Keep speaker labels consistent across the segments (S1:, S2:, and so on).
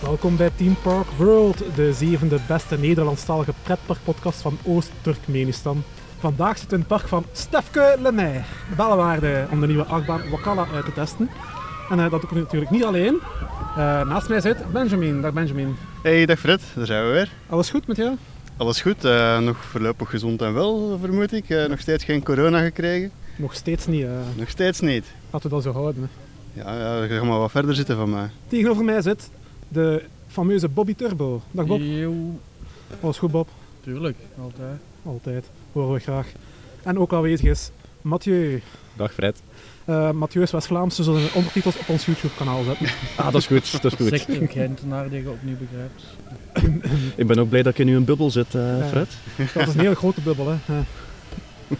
S1: Welkom bij Team Park World, de zevende beste Nederlandstalige pretparkpodcast van Oost-Turkmenistan. Vandaag zitten we in het park van Stefke Lemay, de Bellewaarde, om de nieuwe achtbaan Wakala uit te testen. En eh, dat doe ik natuurlijk niet alleen. Eh, naast mij zit Benjamin. Dag Benjamin.
S2: Hey, dag Fred, daar zijn we weer.
S1: Alles goed met jou?
S2: Alles goed, eh, nog voorlopig gezond en wel, vermoed ik. Eh, nog steeds geen corona gekregen?
S1: Nog steeds niet. eh
S2: Nog steeds niet.
S1: laten we dat zo houden. hè.
S2: Ja, ja ga maar wat verder zitten van mij.
S1: Tegenover mij zit de fameuze Bobby Turbo. Dag Bob.
S3: Eeuw,
S1: Alles goed Bob?
S3: tuurlijk, altijd.
S1: Altijd. Horen we graag. En ook aanwezig is Mathieu.
S4: Dag Fred.
S1: Eh, Mathieu is West-Vlaams, dus zullen we ondertitels op ons YouTube-kanaal zetten.
S4: Ah, dat is goed, dat is goed.
S3: Zegt een Gentenaar die je opnieuw begrijpt.
S4: Ik ben ook blij dat ik in uw bubbel zit, eh,
S1: Ja.
S4: Fred.
S1: Dat is een hele grote bubbel, hè. Eh,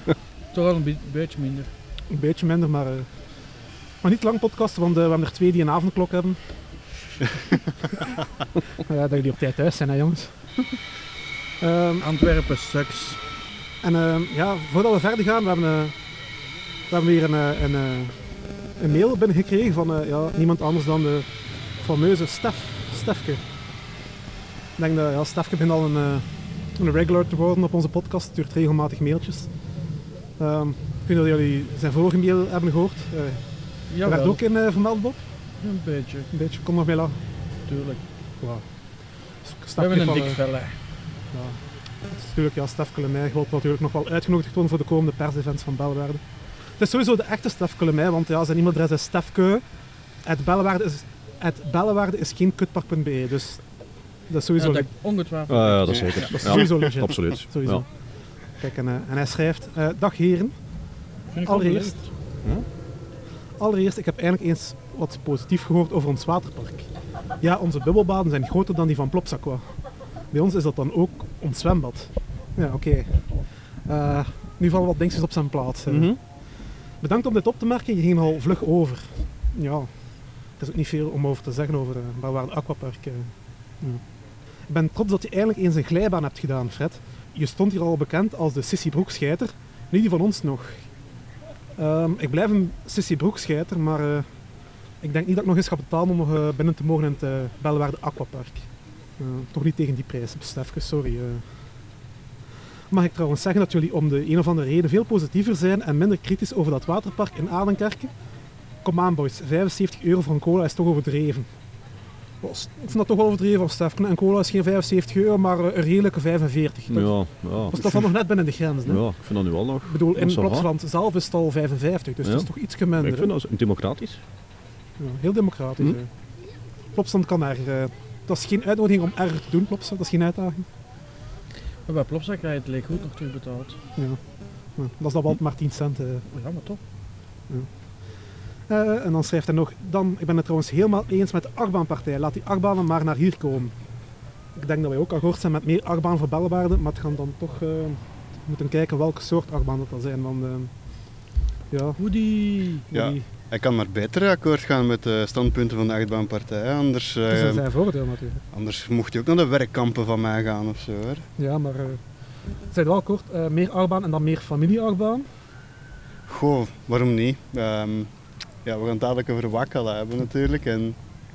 S1: Ja,
S3: Toch al een bi- beetje minder.
S1: een beetje minder, maar... eh, maar niet lang podcasten, want eh, we hebben er twee die een avondklok hebben. ja, dat jullie op tijd thuis zijn, hè, jongens. Ehm,
S3: Antwerpen sucks.
S1: en ehm, ja, voordat we verder gaan, we hebben, eh, we hebben weer een, eh, een, eh, een mail binnengekregen van eh, ja, niemand anders dan de fameuze Stef, Stefke. Ik denk dat ja, Stefke begint al een, eh, een regular te worden op onze podcast, stuurt regelmatig mailtjes. Ehm, ik weet dat jullie zijn vorige mail hebben gehoord. Eh
S3: Ja,
S1: daar werd ook in eh, vermeld, Bob.
S3: Een beetje,
S1: Een beetje, kom nog mee lachen.
S3: tuurlijk.
S1: Wow. Dus
S3: We
S1: Stefke
S3: hebben een
S1: van,
S3: dik
S1: eh,
S3: vel, hè.
S1: ja. Het is natuurlijk, ja, Stefke Lemay wordt natuurlijk nog wel uitgenodigd worden voor de komende persevents van Belwaarde. Het is sowieso de echte Stefke Lemay, want ja, zijn e-mailadres is Stefke. Het Belwaarde is, het Belwaarde is geen kutpark.be, dus dat is
S3: Ja,
S1: sowieso,
S3: dat
S1: le-
S3: ongetwijfeld.
S4: Ah, ja, dat is zeker.
S1: dat is
S4: Ja,
S1: sowieso legit.
S4: absoluut.
S1: Sowieso.
S4: Ja.
S1: Kijk, en, eh, en hij schrijft, eh, dag heren,
S3: Vind ik
S1: allereerst-
S3: wel beleefd.
S1: Allereerst, ik heb eindelijk eens wat positief gehoord over ons waterpark. Ja, onze bubbelbaden zijn groter dan die van Plopsaqua. Bij ons is dat dan ook ons zwembad. Ja, oké. Eh, nu vallen wat dingetjes op zijn plaats. hè.
S4: Mhm.
S1: Bedankt om dit op te merken, je ging er al vlug over. Ja, er is ook niet veel om over te zeggen over eh Bouwwaarde Aquapark. eh. Ja. Ik ben trots dat je eindelijk eens een glijbaan hebt gedaan, Fred. Je stond hier al bekend als de Sissy Broekscheiter, nu die van ons nog. Ehm, ik blijf een Sissy Broekscheiter, maar eh, ik denk niet dat ik nog eens ga betalen om nog eh, binnen te mogen in het eh Belwaarde Aquapark. Eh, toch niet tegen die prijs, Stefke, sorry. eh. Mag ik trouwens zeggen dat jullie om de een of andere reden veel positiever zijn en minder kritisch over dat waterpark in Adenkerken? Kom aan boys, 75 euro voor een cola is toch overdreven. Wel, s- Ik vind dat toch wel overdreven van Stefken. En cola is geen 75 euro, maar eh, een redelijke 45. Dat
S4: Ja, ja.
S1: was toch wel nog net binnen de grens. Hè?
S4: ja, ik vind dat nu al nog.
S1: Ik bedoel, in
S4: Dat is wel
S1: Plopsland zelf is het al 55, dus
S4: Ja.
S1: dat is toch iets
S4: waar.
S1: minder.
S4: Ik vind dat is democratisch.
S1: hè? Ja, heel democratisch.
S4: Hm?
S1: hè. Plopsland kan erger. eh. Dat is geen uitnodiging om erger te doen, Plopsland. Dat is geen uitdaging.
S3: Maar bij Plopsa krijg je het leeg goed nog terugbetaald.
S1: Ja. Ja, dat is dan wel maar 10 cent. eh.
S3: Oh, Ja, maar toch.
S1: Eh, en dan schrijft hij nog, dan, ik ben het trouwens helemaal eens met de achtbaanpartij. Laat die achtbanen maar naar hier komen. Ik denk dat wij ook akkoord zijn met meer achtbaan voor bellenwaarden, maar het gaan dan toch eh, moeten kijken welke soort achtbaan dat dan zijn. Want eh, ja,
S3: Hoodie.
S2: Ja.
S1: die,
S2: Hij kan maar beter akkoord gaan met de standpunten van de achtbaanpartij. hè. Anders, eh,
S1: dat
S4: ehm,
S1: is een zijn voordeel natuurlijk.
S2: anders mocht hij ook naar de werkkampen van mij gaan of zo. Hoor.
S1: Ja, maar eh, het zijn wel akkoord, eh, meer achtbaan en dan meer familieachtbaan.
S2: Goh, waarom niet? Ehm, ja, we gaan het dadelijk over Wakala hebben natuurlijk. En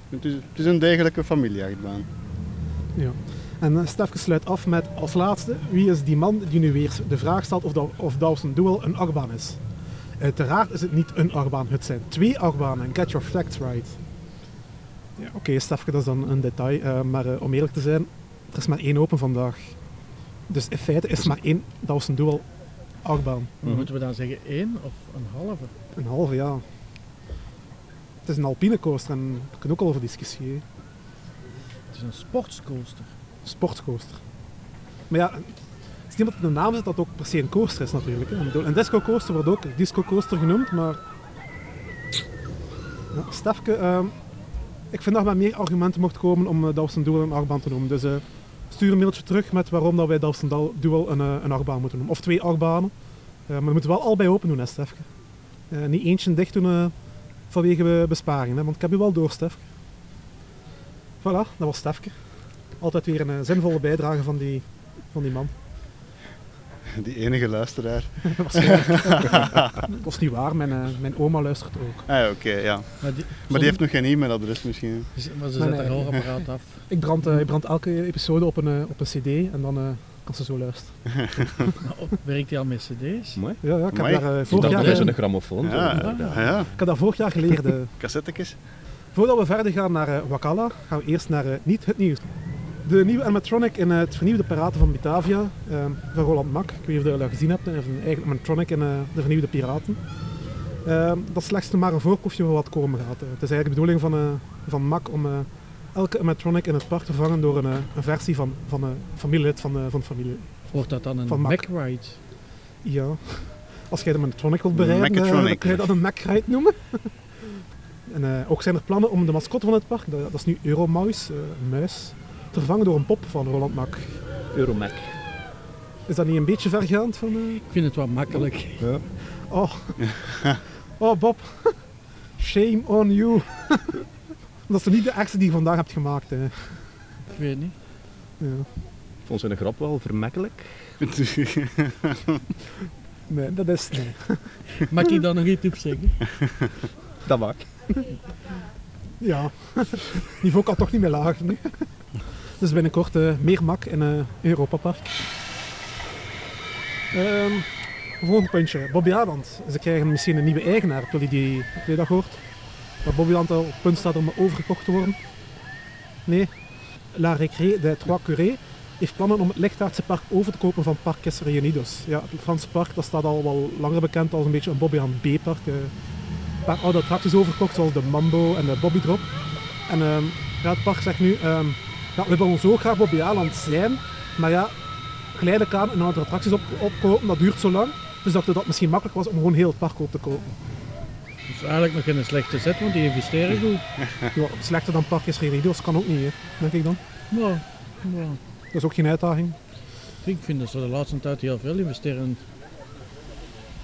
S2: het, is, het is een degelijke familieachtbaan.
S1: Ja. En eh, Stefke sluit af met als laatste, wie is die man die nu weer de vraag stelt of, dat, of Dawson Duel een achtbaan is? Uiteraard is het niet een achtbaan, het zijn twee achtbanen. Get your facts right. Ja, Oké, Stefke, dat is dan een detail, eh, maar eh, om eerlijk te zijn, er is maar één open vandaag. Dus in feite is er maar één Dawson Duel achtbaan.
S4: Mhm.
S3: Moeten we dan zeggen één of een halve?
S1: Een halve, ja. Het is een alpine coaster en daar kunnen we ook al over discussiëren.
S3: Het is een sportscoaster.
S1: sportcoaster. Maar ja, het is niet omdat het in de naam zit dat het ook per se een coaster is natuurlijk. hè. Ik bedoel, Een disco coaster wordt ook disco coaster genoemd, maar... Ja, Stefke, ehm, ik vind dat er maar meer argumenten mocht komen om uh, Duel een achtbaan te noemen. Dus eh, stuur een mailtje terug met waarom dat wij Dalfsen Duel een, eh, een achtbaan moeten noemen. Of twee achtbanen. Eh, maar we moeten wel allebei open doen, hè, Stefke. Eh, niet eentje dicht doen eh, vanwege eh, besparing, hè, want ik heb u wel door, Stefke. Voilà, dat was Stefke altijd weer een eh, zinvolle bijdrage van die, van die man.
S2: die enige luisteraar.
S1: Waarschijnlijk. dat is niet waar, mijn, eh, mijn oma luistert ook.
S2: Ah, ja, oké, ja.
S3: Maar die,
S2: Maar die heeft nog geen e-mailadres misschien.
S3: heeft... Maar ze
S1: Maar
S3: zet haar
S1: nee.
S3: hoorapparaat af.
S1: Ik brand, eh, ik brand elke episode op een, eh, op een cd en dan eh, kan ze zo luisteren.
S3: Oh, werkt die al met cd's?
S4: Mooi.
S1: Ja, ja ik, heb
S2: Amai.
S1: daar, eh,
S4: Ik
S1: vorig
S4: dacht,
S1: jaar,
S4: er is een
S1: eh,
S4: grammofoon.
S2: Ja,
S4: zo.
S2: Ah, ja, ja.
S1: ik heb dat vorig jaar geleerd. eh.
S2: Cassettekes.
S1: Voordat we verder gaan naar eh, Wakala, gaan we eerst naar eh, niet het nieuws. De nieuwe animatronic in eh, het vernieuwde Piraten van Batavia eh, van Roland Mak. Ik weet niet of je dat gezien hebt, hij heeft een eigen animatronic in eh, de vernieuwde Piraten. Eh, dat is slechts maar een voorproefje van wat komen gaat. eh. het is eigenlijk de bedoeling van, eh, van Mak om eh, elke animatronic in het park te vangen door een, eh, een versie van, van een familielid van, eh, van de familie.
S3: Wordt dat dan een
S1: Van Mac.
S3: Mac-ride?
S1: Ja, als jij de animatronic wilt bereiden, eh, dan
S2: Mechatronic.
S1: kun je dat een Macride noemen. en eh, ook zijn er plannen om de mascotte van het park, dat, dat is nu Euromouse, eh, een muis, te vervangen door een pop van Roland Mack.
S4: Euromac.
S1: Is dat niet een beetje vergaand van... eh,
S3: Ik vind het wel makkelijk.
S1: Oh. oh, Bob. Shame on you. dat is toch niet de actie die je vandaag hebt gemaakt, hè.
S3: Ik weet niet.
S1: Ja.
S4: Vond zijn grap wel vermakkelijk.
S1: Nee, dat is... Nee.
S3: Mag ik dan nog iets op zeggen?
S4: Dat maak.
S1: Ja, niveau kan toch niet meer lager nu. Dus binnenkort eh, meer mak in eh Europa Park. Ehm, volgend puntje, Bobbejaanland. Ze krijgen misschien een nieuwe eigenaar, heb jullie die heb je dat gehoord? Dat Bobbejaanland al op het punt staat om overgekocht te worden. Nee, La Récré de Trois Curés heeft plannen om het Lichtaardse park over te kopen van Parques Reunidos. Ja, het Franse park dat staat al wel langer bekend als een beetje een Bobbejaanland B-park. eh een paar oude attracties overgekocht, zoals de Mambo en de Bobby Drop. En ehm, ja, het park zegt nu, ehm, ja, we willen zo graag Bobby Aland zijn, maar ja, geleidelijk aan een aantal attracties op, opkopen, dat duurt zo lang. Dus dat het dat misschien makkelijk was om gewoon heel het park op te kopen.
S3: Dat is eigenlijk nog geen slechte zet, want die investeren goed.
S1: Ja, slechter dan Park is Reunidos kan ook niet, hè, denk ik dan.
S3: Nou, nou.
S1: Dat is ook geen uitdaging.
S3: Ik vind dat ze de laatste tijd heel veel investeren.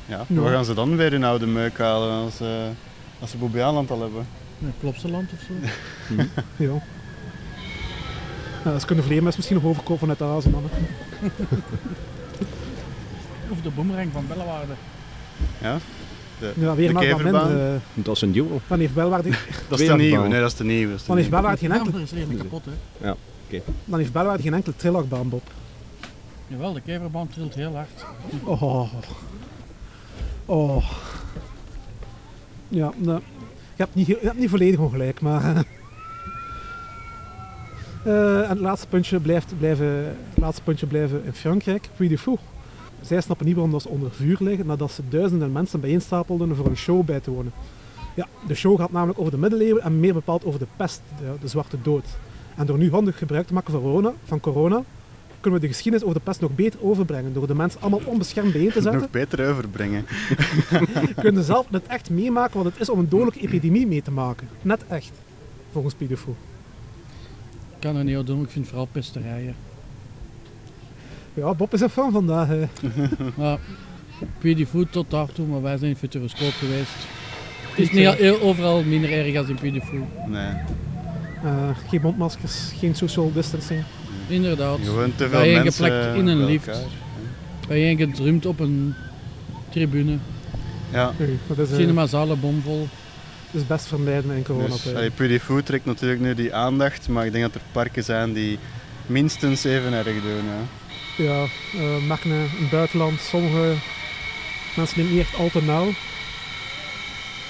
S2: ja,
S1: Ja.
S2: waar gaan ze dan weer hun oude meuk halen als, eh, als ze Bobbejaanland al hebben?
S3: Met Plopsaland of zo.
S1: Ja. Nou, ze kunnen vleermuis misschien nog overkopen vanuit Azië, man. hè.
S3: Of de boemerang van Bellewaarde.
S2: Ja?
S1: Ja, weer
S2: De
S1: maar van
S2: keverbaan?
S1: men. eh,
S4: Dat is een duo.
S1: dan heeft Belwaard,
S2: Dat is
S4: Twee
S2: de
S4: aan de
S2: nieuwe.
S4: bouw.
S2: Nee, dat is de nieuwe. dat is de
S1: dan heeft
S2: nieuwe.
S1: Belwaard geen enkele,
S3: is redelijk kapot, hè?
S1: dan heeft Belwaard geen enkele trilakbaan, Bob.
S3: Jawel, de keverbaan trilt heel hard.
S1: Oh. Oh. Ja, nou, je, hebt niet, je hebt niet volledig ongelijk, maar... eh. Eh, en het laatste puntje blijft blijven, het laatste puntje blijven in Frankrijk, Puy de Fou. Zij snappen niet waarom dat ze onder vuur liggen nadat ze duizenden mensen bijeenstapelden voor een show bij te wonen. Ja, de show gaat namelijk over de middeleeuwen en meer bepaald over de pest, de, de zwarte dood. En door nu handig gebruik te maken van corona, van corona kunnen we de geschiedenis over de pest nog beter overbrengen. Door de mensen allemaal onbeschermd bijeen te zetten,
S2: Nog beter overbrengen.
S1: kunnen ze zelf het echt meemaken wat het is om een dodelijke epidemie mee te maken. Net echt, volgens Puy de Fou.
S3: Ik kan er niet aan doen, ik vind vooral pesterijen.
S1: Ja, Bob is een fan vandaag. hè.
S3: Maar Puy die voet tot daartoe, maar wij zijn in Futuroscoop geweest. Het is niet al- heel- overal minder erg als in Puy de Fou.
S2: Nee,
S1: Eh, geen mondmaskers, geen social distancing.
S3: Inderdaad.
S2: gewoon te veel
S3: Bijeengeplakt
S2: mensen eh,
S3: in een
S2: bij
S3: lift.
S2: elkaar.
S3: Bijeen gedrumd op een tribune.
S2: Ja.
S1: Nee, dat is, eh,
S3: Cinemazalen bomvol.
S1: is best vermijden in
S2: Dus,
S1: coronatijd.
S2: allee, Pretty Food trekt natuurlijk nu die aandacht, maar ik denk dat er parken zijn die minstens even erg doen. Ja.
S1: Ja, eh merken in het buitenland, sommige mensen nemen niet echt al te nauw.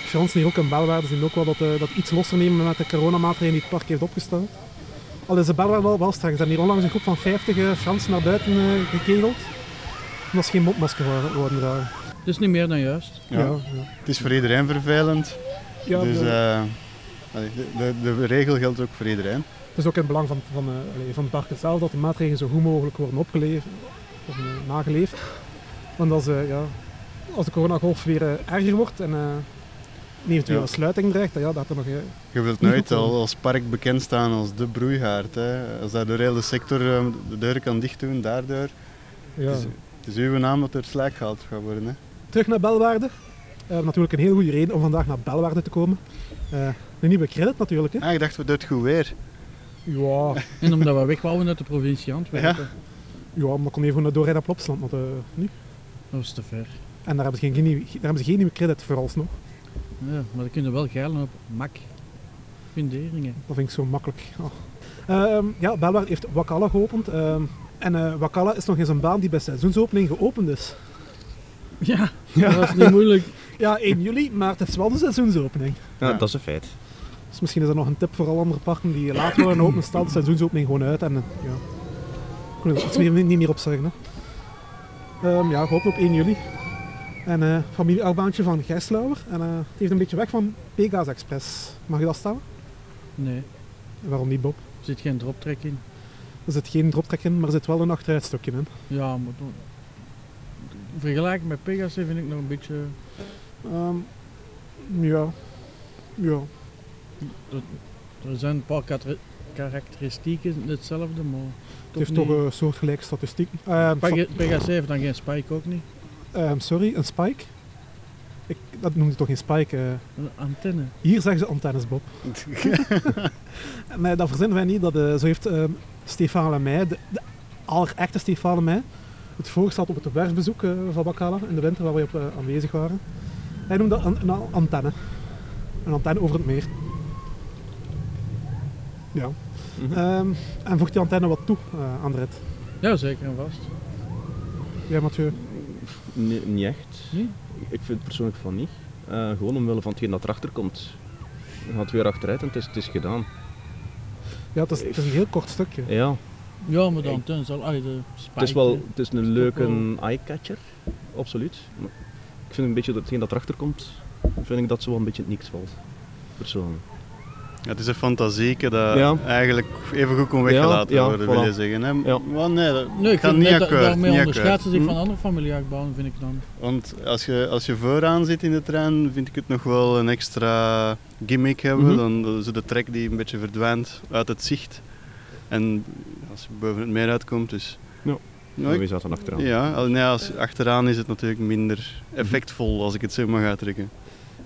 S1: Frans hier ook een belwaarde zien ook wel dat, eh, dat iets losser nemen met de coronamaatregelen die het park heeft opgesteld. Al is de belwaarde wel, wel streng. Ze hebben hier onlangs een groep van 50 eh, Fransen naar buiten eh, gekegeld. Omdat ze geen mondmasker wa- worden dragen.
S3: Het is niet meer dan juist.
S2: Ja.
S1: ja.
S2: Het is voor iedereen vervelend,
S1: Ja,
S2: dus
S1: de-
S2: eh, allee, de, de, de regel geldt ook voor iedereen.
S1: Het is ook in het belang van, van, eh, allee, van het park zelf dat de maatregelen zo goed mogelijk worden opgeleefd of eh, nageleefd. Want als, eh, ja, als de coronagolf weer eh, erger wordt en eh, een eventuele
S2: Ja.
S1: sluiting dreigt, dan ja, dat er nog... eh,
S2: Je wilt
S1: Niet
S2: nooit
S1: goed, hoor.
S2: al als park bekend staan als de broeihaard. Hè. Als dat door heel de sector eh, de deur kan dicht doen, daardoor.
S1: ja.
S2: Dus- Het is uw naam dat er slijk gehaald gaat worden. Hè.
S1: eh, Terug naar Belwaarde. Eh, natuurlijk een heel goede reden om vandaag naar Belwaarde te komen. Eh, de nieuwe credit natuurlijk. Hè.
S2: Ah, ik dacht, we doen het goed weer.
S1: Ja,
S3: En omdat we weg wouden uit de provincie Antwerpen.
S1: Ja, maar dan kon je even naar doorrijden op Plopsland, maar eh, nu.
S3: Dat is te ver.
S1: En daar hebben ze geen, geen, nieuwe- daar hebben ze geen nieuwe credit voor alsnog.
S3: Ja, maar dan kunnen wel geilen op mak. Funderingen.
S1: Dat vind ik zo makkelijk. Ah. Ehm, ja, Belwaard heeft Wakala geopend. ehm, en eh, Wakala is nog eens een baan die bij seizoensopening geopend is.
S3: Ja, dat was niet moeilijk.
S1: Ja, 1 juli, maar het is wel de seizoensopening.
S2: Ja.
S4: dat is een feit.
S1: Dus misschien is dat nog een tip voor alle andere parken die laat worden openen. Stel de seizoensopening gewoon uit en eh, ja. Ik kon er iets meer, niet meer op zeggen. Hè. Ehm, ja, geopend op 1 juli. En eh familieachtbaantje van Gijslauer. En eh, het heeft een beetje weg van Pegasus Express. Mag je dat stellen?
S3: Nee,
S1: Waarom niet, Bob?
S3: er zit geen droptrek in.
S1: Er zit geen droptrek in, maar er zit wel een achteruitstukje in.
S3: Ja, maar dan... Vergelijken met Pegasus vind ik nog een beetje...
S1: Ehm, ja. Ja.
S3: Er zijn een paar kater- karakteristieken hetzelfde, maar...
S1: Het heeft
S3: niet.
S1: toch een soortgelijke statistiek. Ehm,
S3: Pega- Pegasus heeft dan geen spike ook niet.
S1: sta- ehm, sorry, een spike? Ik, dat noemde toch geen spike? eh.
S3: Een antenne.
S1: Hier zeggen ze antennes, Bob. maar dat verzinnen wij niet. Dat, eh, zo heeft ehm Stefan Lemay, de, de allerechte Stefan Lemay, het voorgesteld op het werfbezoek eh, van Bacala in de winter waar we op eh, aanwezig waren. Hij noemde dat een, een antenne. Een antenne over het meer. Ja.
S4: Mhm.
S1: Ehm, en voegt die antenne wat toe eh, aan de rit?
S3: Ja, zeker en vast.
S1: Ja, Mathieu.
S4: Nee, niet echt.
S3: Nee?
S4: Ik vind het persoonlijk van niet. Eh, gewoon omwille van hetgeen dat erachter komt. Je gaat weer achteruit en het is, het is gedaan.
S1: Ja, het is, het is een heel kort stukje.
S4: Ja,
S3: Ja, maar de
S4: Ik-
S3: antenne zal... Allee, de spike...
S4: het is wel het is een
S3: toch
S4: leuke eyecatcher. Absoluut. Maar ik vind een beetje dat hetgeen dat erachter komt, vind ik dat zo wel een beetje in het niks valt. Persoonlijk.
S2: Ja, het is een fantasieke dat
S4: Ja.
S2: eigenlijk even goed kon weggelaten
S4: Ja, ja,
S2: worden,
S4: voilà.
S2: wil je zeggen. Hè?
S4: Ja.
S2: Maar nee, dat
S3: Nee, ik
S2: gaat
S3: vind
S2: niet
S3: net dat,
S2: akkoord.
S3: daarmee
S2: Niet
S3: onderscheidt
S2: akkoord.
S3: ze zich
S4: Hm?
S3: van andere familiejachtbanen, vind ik dan.
S2: Want als je, als je vooraan zit in de trein, vind ik het nog wel een extra gimmick hebben.
S4: Mhm.
S2: Dan dat is het de trek die een beetje verdwijnt uit het zicht. En als je boven het meer uitkomt, dus...
S4: Ja.
S2: Nou,
S4: En
S2: ik-
S4: wie zat dan achteraan?
S2: ja, al- nee, als, achteraan is het natuurlijk minder effectvol, als ik het zo mag uitdrukken.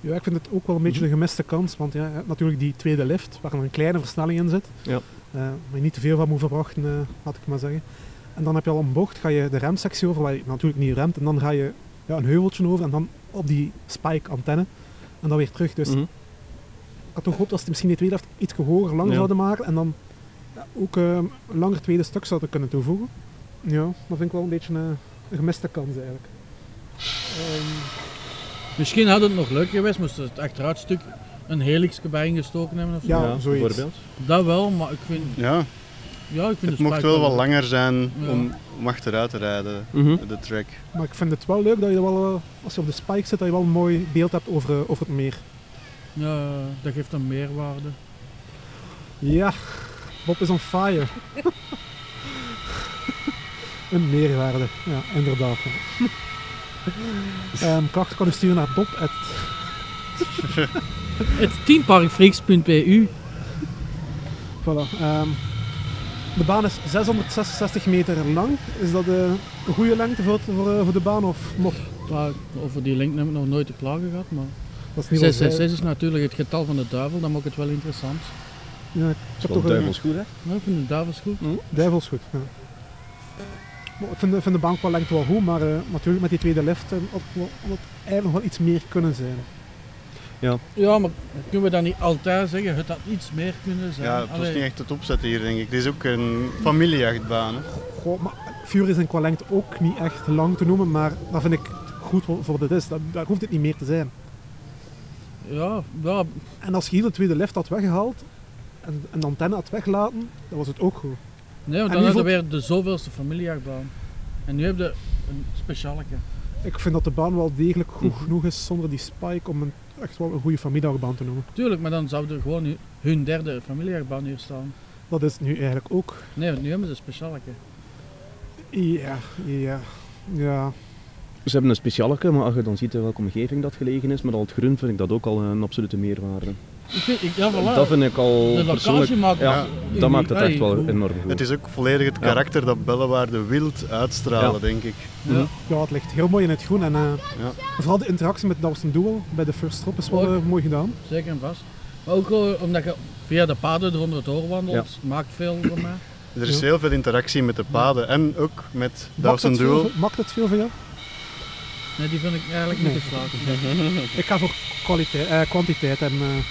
S1: Ja, ik vind het ook wel een beetje
S4: Mhm.
S1: een gemiste kans, want ja, je hebt natuurlijk die tweede lift, waar er een kleine versnelling in zit,
S4: Ja.
S1: Eh, waar je niet te veel van moet verwachten, eh, laat ik maar zeggen. En dan heb je al een bocht, ga je de remsectie over, waar je natuurlijk niet remt, en dan ga je ja, een heuveltje over en dan op die spike-antenne en dan weer terug. Dus
S4: Mhm.
S1: ik had toch gehoopt dat ze misschien die tweede lift iets hoger lang
S4: Ja.
S1: zouden maken en dan ja, ook eh, een langer tweede stuk zouden kunnen toevoegen. Ja, dat vind ik wel een beetje eh, een gemiste kans eigenlijk. Ehm,
S3: Misschien had het nog leuk geweest, moest het achteruitstuk een helixje bij ingestoken hebben of zo.
S1: Ja, zoiets.
S4: Bijvoorbeeld.
S3: Dat wel, maar ik vind...
S2: Ja,
S3: Ja, ik vind
S2: het
S3: de
S2: mocht
S3: spike
S2: wel wat langer zijn
S3: Ja.
S2: om, om achteruit te rijden,
S4: Mhm. Hm?
S2: de track.
S1: Maar ik vind het wel leuk dat je wel, eh, als je op de spike zit, dat je wel een mooi beeld hebt over, eh, over het meer.
S3: Ja, dat geeft een meerwaarde.
S1: Ja, Bob is on fire. een meerwaarde, ja, inderdaad. Ehm klachten kan u sturen naar Bob. at-
S3: Het tienparkfreaks.pu.
S1: voilà, ehm, de baan is 666 meter lang. Is dat eh, een goede lengte voor, het- voor, eh, voor de baan? Of mocht?
S3: Ja, over die link heb ik nog nooit te klagen gehad, maar...
S1: Dat is niet wat zij-
S3: 666 is natuurlijk het getal van de duivel, dan maakt het wel interessant.
S1: Ja, ik
S4: Dat
S1: heb
S4: is wel
S1: toch een,
S4: duivels goed, hè?
S3: Nou, ik vind de duivel is goed.
S1: Hm? Duivels goed. Ja. Maar ik vind, de- vind de bank wel lengte wel goed, maar eh, natuurlijk met die tweede lift eh, had wel- had het eigenlijk nog wel iets meer kunnen zijn.
S3: Ja, maar kunnen we dat niet altijd zeggen? Het had iets meer kunnen zijn.
S2: Ja, het was
S3: Allee,
S2: niet echt het opzet hier, denk ik. Het is ook een familiejachtbaan. hè.
S1: Goh, maar Fury is in qua lengte ook niet echt lang te noemen, maar dat vind ik goed voor voor wat het is. Dat, daar hoeft het niet meer te zijn.
S3: ja, ja,
S1: En als je hier de tweede lift had weggehaald en een antenne had weglaten, dan was het ook goed.
S3: nee, want
S1: En
S3: dan
S1: nu
S3: hadden we
S1: voelt-
S3: weer de zoveelste familiejachtbaan. En nu heb je een specialeke.
S1: Ik vind dat de baan wel degelijk goed genoeg is zonder die spike om een, echt wel een goede familiedagbaan te noemen.
S3: Tuurlijk, maar dan zouden er gewoon hu- hun derde familiejachtbaan hier staan.
S1: Dat is nu eigenlijk ook. E
S3: Nee, want nu hebben ze een specialeke.
S1: Ja, ja, ja.
S4: Ze hebben een specialeke, maar als je dan ziet in welke omgeving dat gelegen is, met al het groen, vind ik dat ook al een absolute meerwaarde.
S3: Ik vind, ik, ja, voilà.
S4: Dat vind ik al
S3: de
S4: persoonlijk...
S3: locatie maakt
S4: Ja,
S3: ik-
S4: dat maakt het
S3: allee,
S4: echt wel
S3: goed.
S4: enorm goed.
S2: Het is ook volledig het
S4: Ja.
S2: karakter dat Bellewaarde wilt uitstralen,
S4: Ja.
S2: denk ik.
S4: Mhm.
S3: Ja.
S1: Ja, het ligt heel mooi in het groen. En eh,
S2: Ja.
S1: vooral de interactie met Dalston Duel bij de First Drop is wel eh, mooi gedaan.
S3: Zeker en vast. Maar ook eh, omdat je via de paden eronder doorwandelt, maakt veel voor mij.
S2: Dus er is
S1: Ja.
S2: heel veel interactie met de paden en ook met
S1: Maakt het, veel,
S2: Duel.
S1: voor- maakt het veel voor jou?
S3: Nee, die vind ik eigenlijk
S1: Nee.
S3: niet geslaagd.
S4: Mhm.
S1: Ik ga voor kwaliteit, eh, kwantiteit en... eh,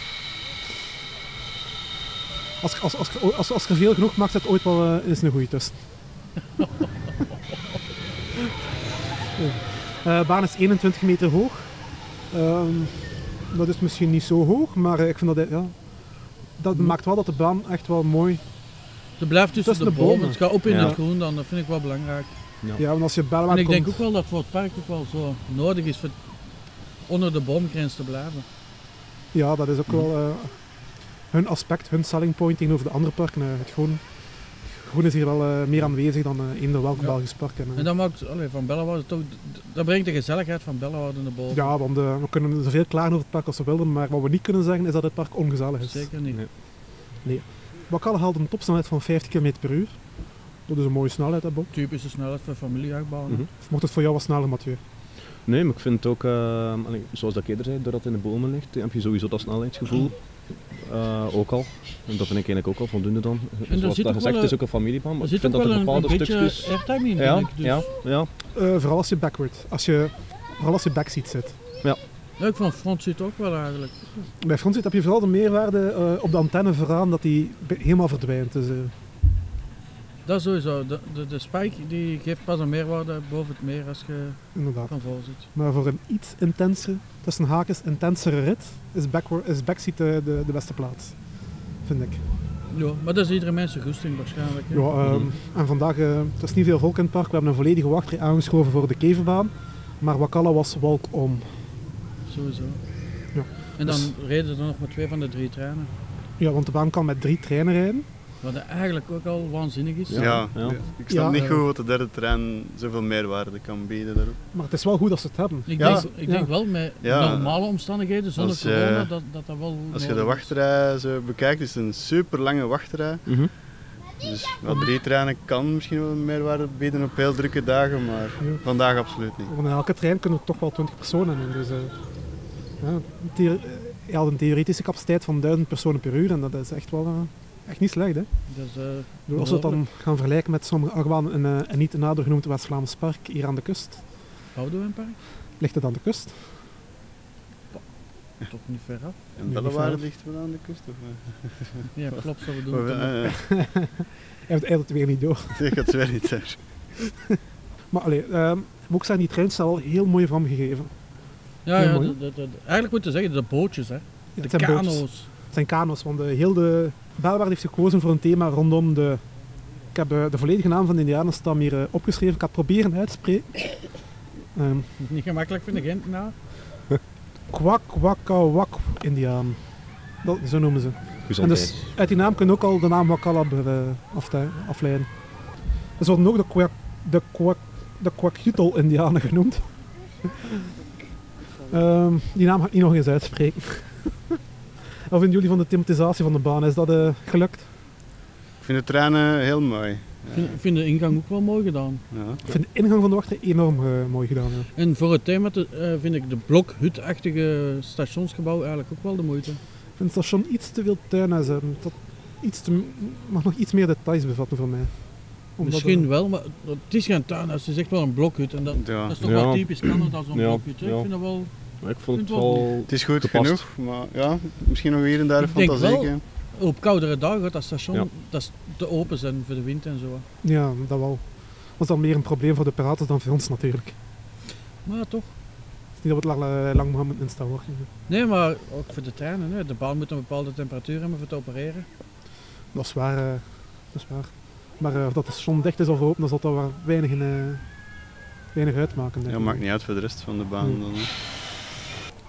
S1: als, als, als, als, als je veel genoeg maakt, het ooit wel eh, eens een goede test. Eh baan is 21 meter hoog. Ehm, dat is misschien niet zo hoog, maar eh, ik vind dat... eh, Ja, dat maakt wel dat de baan echt wel mooi...
S3: Ze blijft tussen,
S1: Tussen
S3: de,
S1: de
S3: bomen.
S1: bomen.
S3: Het gaat op in
S4: Ja.
S3: het groen dan, dat vind ik wel belangrijk.
S1: Ja, want als je Belma
S3: en ik
S1: komt...
S3: denk ook wel dat voor het park ook wel zo nodig is voor onder de boomgrens te blijven.
S1: Ja, dat is
S3: Mhm.
S1: ook wel eh, hun aspect, hun selling point tegenover de andere parken. eh, het groen. groen is hier wel eh, meer aanwezig dan eh, in de welk
S3: Ja.
S1: Belgisch park. En, eh,
S3: En dat maakt allee, van Bellewouden toch, d- dat brengt de gezelligheid van Bellewouden naar boven.
S1: ja, want eh, we kunnen zoveel klagen over het park als we willen, maar wat we niet kunnen zeggen is dat het park ongezellig is.
S3: Zeker niet.
S4: Nee.
S1: Bakal haalt een topsnelheid van 50 km per uur. Dat is een mooie snelheid, hè, Bob?
S3: Typische snelheid voor familiejachtbouwen.
S4: Mhm.
S1: Of mocht het voor jou wat sneller, Mathieu?
S4: Nee, maar ik vind het ook, eh, allee, zoals dat ik eerder zei, doordat het in de bomen ligt, eh, heb je sowieso dat snelheidsgevoel. Eh, ook al. En dat vind ik eigenlijk ook al voldoende dan.
S3: er
S4: Zoals
S3: zit
S4: dat
S3: ook
S4: gezegd,
S3: wel
S4: het is ook een familiebaan, maar
S3: Er
S4: ik
S3: zit ook
S4: vind dat
S3: wel
S4: er
S3: een, een
S4: bepaalde
S3: beetje
S4: stukjes...
S3: airtime in,
S4: Ja,
S3: vind ik. Dus.
S4: ja, ja.
S1: Eh, vooral als je backward. Als je, vooral als je backseat zit.
S3: Ja, ik vond Front zit ook wel eigenlijk.
S1: Bij frontseat heb je vooral de meerwaarde eh, op de antenne vooraan dat die be- helemaal verdwijnt. Dus, eh,
S3: Dat sowieso. De, de, de spike die geeft pas een meerwaarde boven het meer als je
S1: inderdaad.
S3: van vol zit.
S1: Maar voor een iets intensere, tussen haakjes, intensere rit is, backward, is backseat de, de, de beste plaats. Vind ik.
S3: Ja, maar dat is iedere mensen goesting waarschijnlijk. hè.
S1: Ja, ehm,
S4: Mhm.
S1: En vandaag, eh het is niet veel volk in het park. We hebben een volledige wachtrij aangeschoven voor de keverbaan. Maar Wakala was walk-on.
S3: Sowieso.
S1: Ja.
S3: En dan
S1: Dus-
S3: reden er nog maar twee van de drie treinen.
S1: Ja, want de baan kan met drie treinen rijden.
S3: Wat eigenlijk ook al waanzinnig is.
S2: Ja,
S4: Ja.
S2: ik snap
S1: Ja,
S2: niet
S1: eh.
S2: goed wat de derde trein zoveel meerwaarde kan bieden daarop.
S1: Maar het is wel goed dat ze het hebben.
S3: Ik,
S2: Ja.
S3: denk, ik
S1: Ja.
S3: denk wel met
S2: Ja.
S3: normale omstandigheden, zonder
S2: Als, eh,
S3: corona, dat, dat dat wel...
S2: Als je de
S3: nodig is.
S2: wachtrij zo bekijkt, is het een super lange wachtrij.
S4: Mhm.
S2: Dus wel drie treinen kan misschien wel meerwaarde bieden op heel drukke dagen, maar
S1: Ja.
S2: vandaag absoluut niet.
S1: Want in elke trein kunnen er toch wel 20 personen in. Dus, eh, ja, theo- eh, je had een theoretische capaciteit van 1000 personen per uur. En dat is echt wel eh, echt niet slecht. Hè?
S3: Dus, eh,
S1: Ik bedoel, Als we het dan gaan vergelijken met sommige achtbanen in eh, een niet te nader genoemd West-Vlaams park hier aan de kust,
S3: houden we een park?
S1: ligt het aan de kust.
S3: Toch niet ver af.
S2: En
S1: niet
S2: Bellewaarde
S1: waar.
S2: ligt wel aan de kust? Of, eh?
S3: Ja, klopt, zo we doen.
S2: Of,
S3: het dan.
S2: eh, eh,
S1: Hij heeft eigenlijk weer niet door.
S2: nee, ik had het weer niet daar.
S1: Maar allee, ehm, ik moet ook zeggen, die trein is daar wel heel mooi van gegeven.
S3: Ja,
S1: Ja,
S3: ja,
S1: mooi.
S3: de- de- de- eigenlijk moet je zeggen, de bootjes, hè.
S1: Ja,
S3: De
S1: het zijn bootjes.
S3: kano's.
S1: Het zijn kano's, want de, heel de Belwaard heeft gekozen voor een thema rondom de... Ik heb eh, de volledige naam van de Indianenstam hier eh, opgeschreven. Ik ga het proberen uit te spreken. Ehm,
S3: Niet gemakkelijk vind ik Gent nou.
S1: Kwak, wakka, wak, Indiaan. Dat, zo noemen ze. En
S4: Gezondheid.
S1: dus uit die naam kun je ook al de naam Wakala be- eh, afte- afleiden. Dus worden ook de kwak, de kwak, de Kwakjutel-Indianen genoemd. Ehm, die naam ga ik niet nog eens uitspreken. Of in jullie van de thematisatie van de baan, is dat eh, gelukt?
S2: Ik vind de treinen heel mooi.
S3: Ik vind- ik vind de ingang ook wel mooi gedaan.
S2: Ja.
S1: Ik vind de ingang van de wachtrij enorm eh, mooi gedaan. Ja.
S3: En voor het thema te- eh, vind ik de blokhutachtige stationsgebouw eigenlijk ook wel de moeite.
S1: Ik vind het station iets te veel tuinhuis hebben. Dat iets te, mag nog iets meer details bevatten voor mij. Omdat,
S3: Misschien
S1: eh,
S3: wel, maar het is geen tuinhuis, het is echt wel een blokhut. En dat,
S2: Ja.
S3: dat is toch
S4: Ja.
S3: wel typisch Canada, zo'n
S4: Ja,
S3: blokhut. hè. Ik
S4: ja.
S3: vind dat wel...
S4: Maar ik vond het
S3: Vind het wel
S4: wel...
S2: Het is goed
S4: Gepast.
S2: genoeg, maar ja, misschien nog hier en daar
S3: Ik denk
S2: fantasie.
S3: wel-
S2: hè.
S3: Op koudere dagen gaat dat station
S4: Ja.
S3: dat is te open zijn voor de wind en zo.
S1: Ja, dat wel. was dan meer een probleem voor de piraters dan voor ons natuurlijk.
S3: Maar toch.
S1: Het is niet dat we het eh, lang, lang maar moeten instaan hoor.
S3: Nee, maar ook voor de treinen. Hè. De baan moet een bepaalde temperatuur hebben voor te opereren.
S1: Dat is waar. eh, dat is waar. Maar eh, of dat het station dicht is of open, dan zal dat wel weinig, in, eh, weinig uitmaken. denk
S2: Ja,
S1: ik.
S2: maakt niet uit voor de rest van de baan.
S1: Nee.
S2: Dan, hè.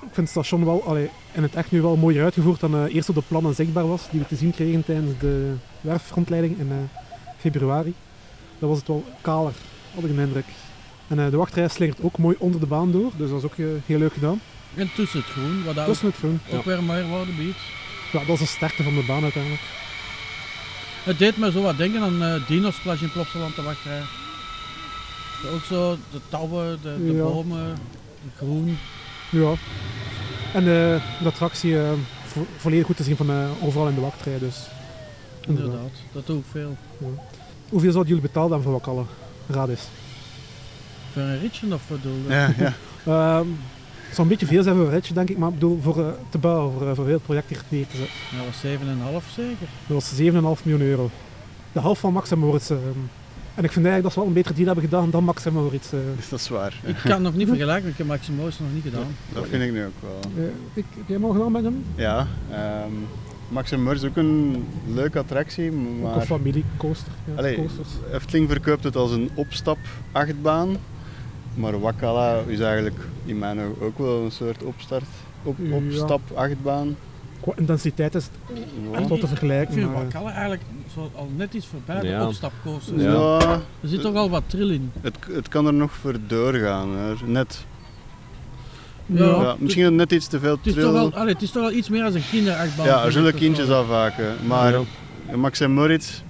S1: Ik vind het station wel allee, in het echt nu wel mooier uitgevoerd dan eh, eerst op de plannen zichtbaar was, die we te zien kregen tijdens de werffrontleiding in eh, februari. Dan was het wel kaler, had ik een indruk. En eh, de wachtrij slingert ook mooi onder de baan door, dus dat is ook eh, heel leuk gedaan.
S3: En tussen het groen, wat daar
S1: Dat is het groen.
S3: ook weer meer worden biedt.
S1: Ja, dat is de sterkte van de baan uiteindelijk.
S3: Het deed me zo wat denken aan eh Dinosplash in Plopsaland te wachtrij. Ook zo, de touwen, de, de
S1: Ja.
S3: bomen, het groen.
S1: Ja. En eh, de attractie eh, vo- volledig goed te zien van eh, overal in de wachtrij. Dus.
S3: Inderdaad, dat doe ik veel.
S1: Hoeveel zouden jullie betalen dan voor Wakalla? Raad eens.
S3: Voor een ritje of voor de...
S2: Ja, ja.
S1: Ehm, het zou een beetje veel zijn voor een ritje, denk ik, maar ik bedoel, voor eh, te bouwen, voor, eh, voor heel het project hier neer te zetten.
S3: Dat was 7,5 zeker.
S1: Dat was 7,5 miljoen euro. De helft van Max en Moritz. ehm. en ik vind eigenlijk dat ze wel een betere deal hebben gedaan dan Max en Moritz. eh.
S2: Dat is waar.
S3: Ik kan het nog niet vergelijken, ik heb Maximo nog niet gedaan.
S2: Dat vind ik nu ook wel.
S1: Eh, ik, heb jij hem al gedaan met hem?
S2: Ja, ehm Max en Meurs is ook een leuke attractie,
S1: Ook een
S2: maar
S1: familiecoaster. Ja,
S2: Allee,
S1: coasters.
S2: Efteling verkoopt het als een opstap-achtbaan. Maar Wakala is eigenlijk in mijn ogen ook wel een soort opstart, op,
S1: Ja.
S2: opstap-achtbaan.
S1: Qua intensiteit is het echt wel te
S3: Ik vind
S1: vergelijken. maar, eh,
S3: Wakala eigenlijk zo al net iets voorbij de
S4: Ja.
S3: opstapcoaster.
S2: Ja, ja,
S3: Er zit toch al wat trill in.
S2: het, het kan er nog voor doorgaan. Hoor. Net.
S3: Ja.
S1: Oh,
S2: Ja,
S3: het-
S2: misschien net iets te veel
S3: Het is, toch
S2: trill.
S3: wel, allee, het is toch wel iets meer dan een kinderachtbaan.
S2: Ja, er zullen
S3: Dat is
S2: kindjes
S3: wel-
S2: afhaken. Maar
S4: Ja.
S2: Max en Moritz,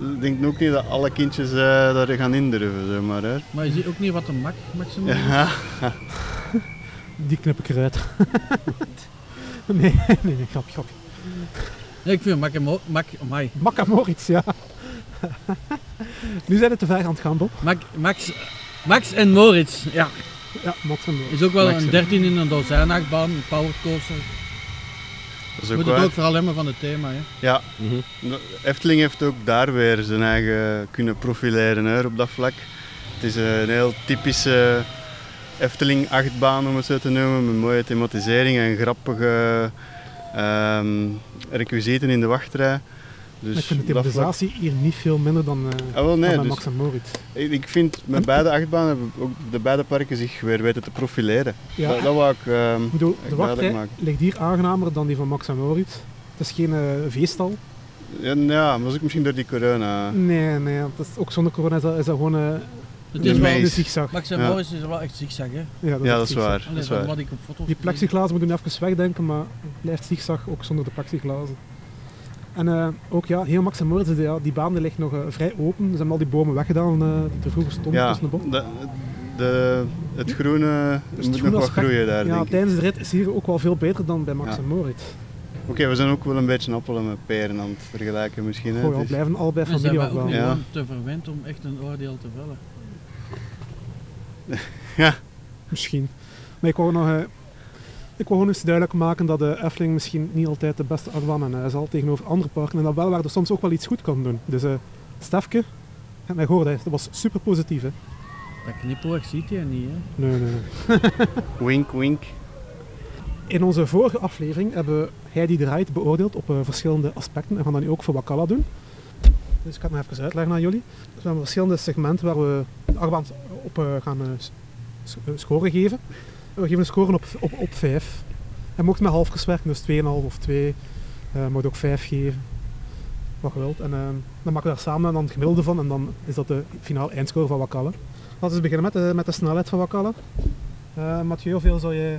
S2: ik denk ook niet dat alle kindjes eh, daar gaan indurven. Zeg maar, hè.
S3: Maar je ziet ook niet wat een mak maximaal is.
S2: Ja.
S1: Die knip ik eruit. nee, nee, nee, grapje, grapje.
S3: Nee, ik vind Maximo, mak, amai.
S1: Makka Moritz, ja. nu zijn we te ver aan het gaan, Bob.
S3: Mak- Max, Max en Moritz. Ja,
S1: Ja, Max en Moritz.
S3: is ook wel
S2: Max
S3: een
S2: en-
S3: 13 in een dozijn achtbaan, een powercoaster.
S2: Dat is
S3: Moet
S2: ook
S3: het
S2: waar.
S3: ook vooral hebben van het thema. Hè.
S2: Ja,
S4: Mhm.
S2: de- Efteling heeft ook daar weer zijn eigen kunnen profileren hè, op dat vlak. Het is eh, een heel typische Efteling achtbaan om het zo te noemen, met mooie thematisering en grappige ehm, requisieten in de wachtrij. Dus
S1: ik vind de
S2: op dat vlak-
S1: thematisatie hier niet veel minder dan, eh,
S2: Ah, wel,
S1: dan
S2: nee,
S1: bij
S2: dus
S1: Max en Moritz.
S2: ik, ik vind met beide achtbanen hebben ook de beide parken zich weer weten te profileren.
S1: Ja,
S2: Dat, dat wou ik. ehm,
S1: ik bedoel,
S2: ik
S1: de
S2: duidelijk
S1: wachtrij
S2: maken.
S1: ligt hier aangenamer dan die van Max en Moritz. Het is geen eh, veestal.
S2: ja, nou ja, maar dat is ook misschien door die corona.
S1: Nee, nee, het is, ook zonder corona is dat, is dat gewoon eh,
S3: Het
S2: De
S3: is wel,
S2: meest-
S1: een
S2: meis.
S1: zigzag.
S3: Max en
S2: Ja.
S3: Moritz is wel echt zigzag. Hè.
S1: Ja,
S2: Ja, dat is
S1: zigzag.
S2: waar. Dat
S3: Allee,
S2: is
S3: van
S2: waar.
S3: wat ik op foto's
S1: Die
S3: gezien heb.
S1: plexiglazen moeten we nu even wegdenken, maar het blijft zigzag, ook zonder de plexiglazen. En eh, ook ja, heel Max en Moritz, die, ja, die baan die ligt nog eh, vrij open. Ze hebben al die bomen weggedaan eh, die er vroeger stonden
S2: Ja,
S1: tussen de bomen. Dus
S2: dat- de, het groene
S1: het
S2: moet nog
S1: groene
S2: wat
S1: aspect-
S2: groeien daar,
S1: Ja,
S2: denk ik.
S1: tijdens de rit is hier ook wel veel beter dan bij Max
S2: Ja.
S1: en Moritz.
S2: Oké, we zijn ook wel een beetje appelen met peren aan het vergelijken misschien. Hè?
S1: Goh, ja,
S2: Het is-
S1: blijven allebei
S3: Dan zijn
S1: familie
S3: wij ook
S1: afbouwen.
S3: niet
S2: Ja.
S3: gewoon te verwend om echt een oordeel te vellen.
S1: Misschien. Maar ik wou nog... eh, ik wou gewoon eens duidelijk maken dat de Efteling misschien niet altijd de beste achtbaan in huis had tegenover andere parken. En dat wel waar er soms ook wel iets goed kan doen. Dus eh Stefke, en mij hoorde, dat was super positief. Hè?
S3: Dat knipoog ziet hij niet. Hè.
S1: Nee, nee, nee.
S2: Wink, wink.
S1: In onze vorige aflevering hebben we Heidi de Ride beoordeeld op eh, verschillende aspecten. En gaan dat nu ook voor Wakala doen. Dus ik ga het nog even uitleggen aan jullie. Dus we hebben verschillende segmenten waar we de achtbaan op eh, gaan eh, s- s- eh, scoren geven. En we geven een score op, op, op 5. En mocht met halfjes werken, dus 2,5 of 2. Eh moet ook 5 geven. Wat je wilt. En eh, dan maken we daar samen dan het gemiddelde van. En dan is dat de finale eindscore van Wakala. Laten we beginnen met de, met de snelheid van Wakala. Eh Mathieu, hoeveel zou je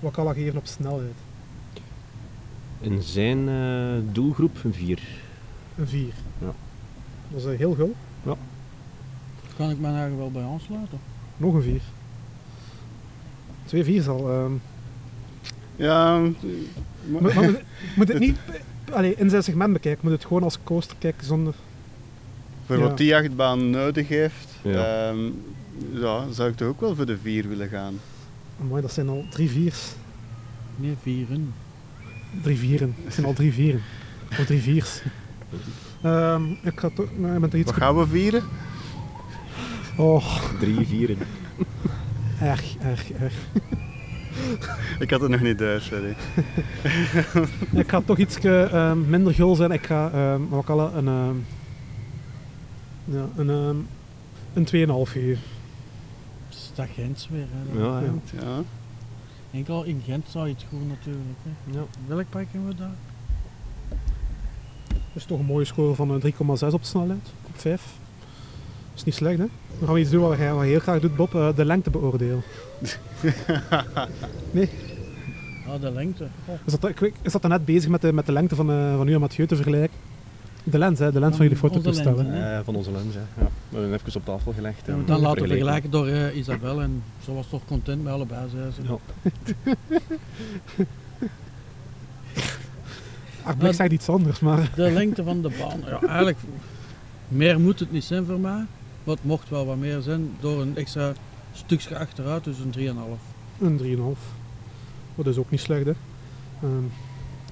S1: Wakala geven op snelheid?
S4: In zijn eh, doelgroep een 4.
S1: Een 4.
S4: Ja.
S1: Dat is eh, heel gul.
S3: Kan ik mij eigenlijk wel bij aansluiten?
S1: Nog een 4. Twee viers al. ehm.
S2: Ja, eh, maar-
S1: Moet, maar moet- moet het niet allee, in zijn segment bekijken, moet het gewoon als coaster kijken zonder.
S2: voor
S1: ja.
S2: wat die achtbaan nodig heeft,
S4: Ja.
S2: ehm, ja, zou ik toch ook wel voor de vier willen gaan.
S1: Mooi, dat zijn al drie viers.
S3: Nee, vieren.
S1: Drie vieren. Het zijn al drie vieren. Of drie viers. Ehm, ik ga toch. Nee, ik ben toch iets.
S2: Wat gaan we vieren?
S1: Oh,
S4: 3, 4.
S1: erg, erg, erg.
S2: Ik had het nog niet door, sorry.
S1: Ik ga toch iets minder gul zijn. Ik ga ehm Wakala een. ehm, ja, een. ehm, een 2,5 geven.
S3: Is Dat Gent weer. Hè.
S4: Ja, ja.
S2: Ja.
S3: Enkel in Gent zou je het goed natuurlijk. Hè.
S4: Ja.
S3: Welk pak hebben we daar?
S1: Dat is toch een mooie score van eh, 3,6 op snelheid, op 5. Dat is niet slecht, hè? Dan gaan we iets doen wat jij wat je heel graag doet, Bob, eh, de lengte beoordelen.
S3: Ah, de lengte. Oh.
S1: Is dat, ik, ik zat daarnet bezig met de, met de lengte van, eh, van u en Mathieu te vergelijken. De lens, hè? De lens van jullie
S3: Van onze
S1: fototoestel.
S3: lens,
S1: hè.
S3: hè.
S4: Eh, van onze lens, ja. ja. We hebben hem even op tafel gelegd.
S3: Ja,
S4: en
S3: maar dan laten we
S4: vergeleken.
S3: vergelijken door eh, Isabel en ze was toch content met allebei, zei ze.
S4: Ja.
S1: Haar blik zegt iets anders, maar
S3: De lengte van de baan, ja, eigenlijk Meer moet het niet zijn voor mij, maar het mocht wel wat meer zijn door een extra stukje achteruit, dus een 3,5.
S1: Een 3,5. Wat is ook niet slecht, hè? Ehm,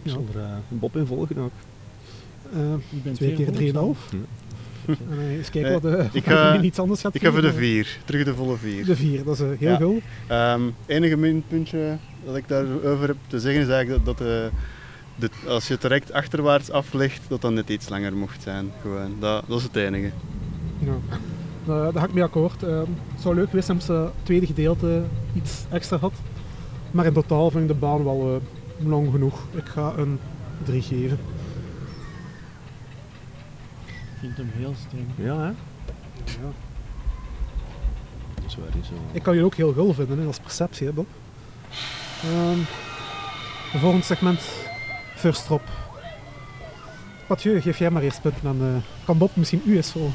S4: Ik zal er eh, Bob in volgen ook.
S1: eh,
S3: Ik ben
S1: twee keer 3,5.
S3: tegenwoordig.
S1: En, eh, eens kijken
S2: Nee,
S1: wat eh,
S2: Hm. ik
S1: of
S2: ga-
S1: je iets anders gaat
S2: Ik ga voor de
S1: kiezen.
S2: 4. Terug de volle 4.
S1: De 4, dat is eh, heel
S2: Ja.
S1: veel.
S2: Ehm, enige minpuntje dat ik daarover heb te zeggen is eigenlijk dat, dat eh, de- als je het direct achterwaarts aflegt, dat dat net iets langer mocht zijn. Gewoon. Dat, dat is het enige.
S1: Ja. Eh, daar ga ik mee akkoord. Eh, het zou leuk geweest zijn als eh, het tweede gedeelte iets extra had. Maar in totaal vind ik de baan wel eh, lang genoeg. Ik ga een 3 geven.
S3: Ik vind hem heel streng.
S4: Ja, hè? Dat is waar, is wel.
S1: Ik kan je ook heel gul vinden, hè. dat is perceptie, hè, Bob. Ehm, volgend segment, first drop. Mathieu, geef jij maar eerst punten aan. eh, kan Bob misschien u eens volgen?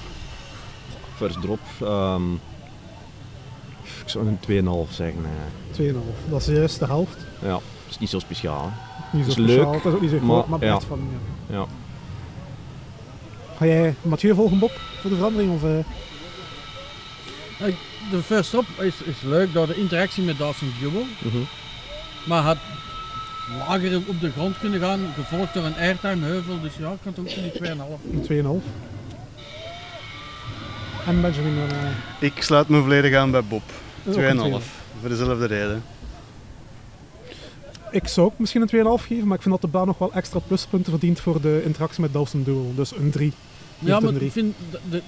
S4: First drop. ehm, ik zou een 2,5 zeggen. eh.
S1: 2,5. Dat is juist de helft.
S4: Ja, dat is niet zo speciaal. hè.
S1: Niet zo
S4: Dat is
S1: speciaal,
S4: leuk,
S1: het is ook niet zo groot,
S4: maar-
S1: maar, blijft
S4: ja.
S1: van. Ja.
S4: Ja.
S1: Ga jij Mathieu volgen, Bob, voor de verandering? Of, eh?
S3: De first op is, is leuk door de interactie met Dawson Jubel,
S4: Mhm.
S3: maar had lager op de grond kunnen gaan, gevolgd door een airtime heuvel, dus ja, ik kan het ook voor die 2,5.
S1: Een 2,5. En Benjamin, dan, eh,
S2: Ik sluit me volledig aan bij Bob.
S1: ook
S2: 2,5.
S1: een
S2: Voor dezelfde reden.
S1: Ik zou ook misschien een 2,5 geven, maar ik vind dat de baan nog wel extra pluspunten verdient voor de interactie met Dawson Duel. Dus een 3.
S3: Ja,
S1: een
S3: maar
S1: drie.
S3: ik vind, de- de-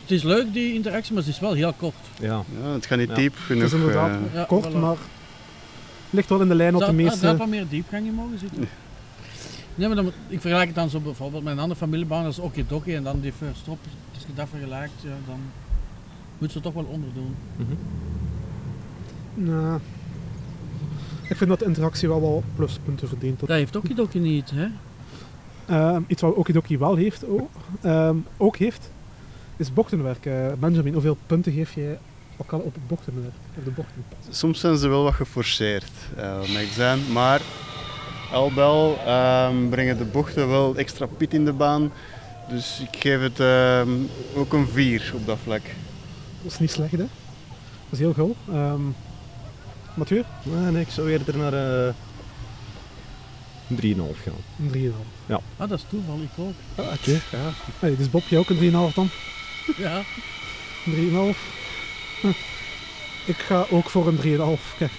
S3: het is leuk die interactie, maar ze is wel heel kort.
S4: Ja,
S2: Ja, het gaat niet
S4: Ja.
S2: diep
S1: Het
S2: genoeg.
S1: is inderdaad
S2: eh,
S3: Ja,
S1: kort,
S3: voilà. ah,
S1: maar ligt wel in de lijn op de
S3: Zou-
S1: meeste...
S3: Daar had wat meer diepgang in mogen zitten. Nee, maar dan, moet- ik vergelijk het dan zo bijvoorbeeld met een andere familiebaan, dat is Okidoki en dan die first stop. Als je dat vergelijkt, ja, dan moet ze er toch wel onder doen.
S4: Mhm.
S1: Ja. Ik vind dat de interactie wel wel pluspunten verdient.
S3: Dat heeft Okidoki niet, hè?
S1: Ehm, iets wat Okidoki wel heeft, o- ehm, ook heeft, is bochtenwerk. Eh, Benjamin, hoeveel punten geef je elkaar op het bochtenwerk? Op de bochten?
S2: Soms zijn ze wel wat geforceerd, eh, mag ik zijn. Maar al wel ehm, brengen de bochten wel extra pit in de baan. Dus ik geef het ehm, ook een 4 op dat vlak.
S1: Dat is niet slecht, hè? Dat is heel gul. Ehm Mathieu,
S4: maar nee, ik zou eerder naar eh, een 3,5 gaan.
S1: een 3,5.
S3: Ah, dat is toeval, ik ook.
S4: Ah, oké. Ja.
S1: Hey, dus Bob, jij ook een 3,5 dan?
S3: Ja,
S1: Een 3,5. Hm. Ik ga ook voor een 3,5. Kijk,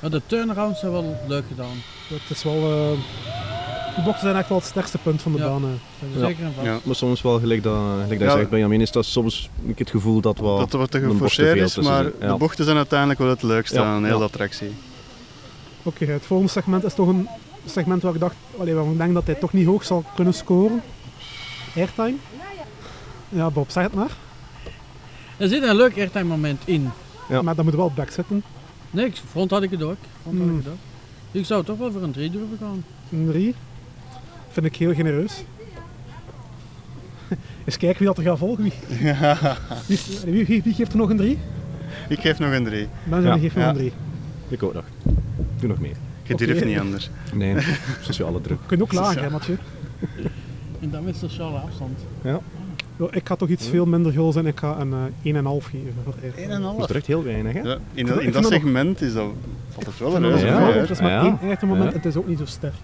S3: maar de turnarounds zijn wel leuk gedaan.
S1: dat is wel... eh, de bochten zijn echt wel het sterkste punt van de
S3: Ja.
S1: baan. eh.
S3: Zijn we
S4: Ja.
S3: zeker en vast.
S2: Ja.
S4: Maar soms wel, gelijk dat, gelijk dat
S2: Ja.
S4: je zegt, Benjamin, is dat soms een keer het gevoel dat we...
S2: Dat er wat te
S4: Oh, een bocht te
S2: geforceerd
S4: veel
S2: is,
S4: tussen
S2: maar
S4: zit. Ja.
S2: de bochten zijn uiteindelijk wel het leukste
S4: Ja,
S2: aan heel de
S4: ja.
S2: attractie.
S1: Oké, het volgende segment is toch een segment waar ik dacht, allee, waarvan ik denk dat hij toch niet hoog zal kunnen scoren. Airtime. Ja, Bob, zeg het maar.
S3: Er zit een leuk airtime moment in.
S4: Ja.
S1: Maar dat moet wel back zitten.
S3: Nee, ik vond had ik het ook. Front had ik,
S1: Hmm.
S3: het ook. ik zou toch wel voor een 3 durven gaan.
S1: Een 3. Vind ik heel genereus. Eens kijken wie dat er gaat volgen. Wie, wie, wie- wie- wie geeft er nog een 3?
S2: Ik geef nog een 3.
S1: Benjamin
S4: Ja.
S1: geeft nog
S2: Ja.
S1: een 3.
S4: Ik ook nog. Doe nog meer.
S2: Je
S1: Oké.
S2: durft niet anders.
S4: Nee, sociale druk.
S1: Kun je ook lager, hè, Mathieu?
S3: En dan met sociale afstand.
S1: Wel, Ik ga toch iets veel minder gul zijn. Ik ga een eh, 1,5 geven. voor Airtime.
S4: Dat is er echt heel weinig, hè?
S2: Ja, in,
S1: vind
S2: dat- in
S1: dat
S2: dat
S1: nog-
S2: segment is dat, valt het wel
S1: Ik vind dat
S2: reuze
S1: wel goed,
S2: mee,
S4: Ja.
S1: hè.
S2: hè.
S1: Het is maar
S4: Ja.
S1: één airtime moment.
S4: Ja.
S1: Het is ook niet zo sterk.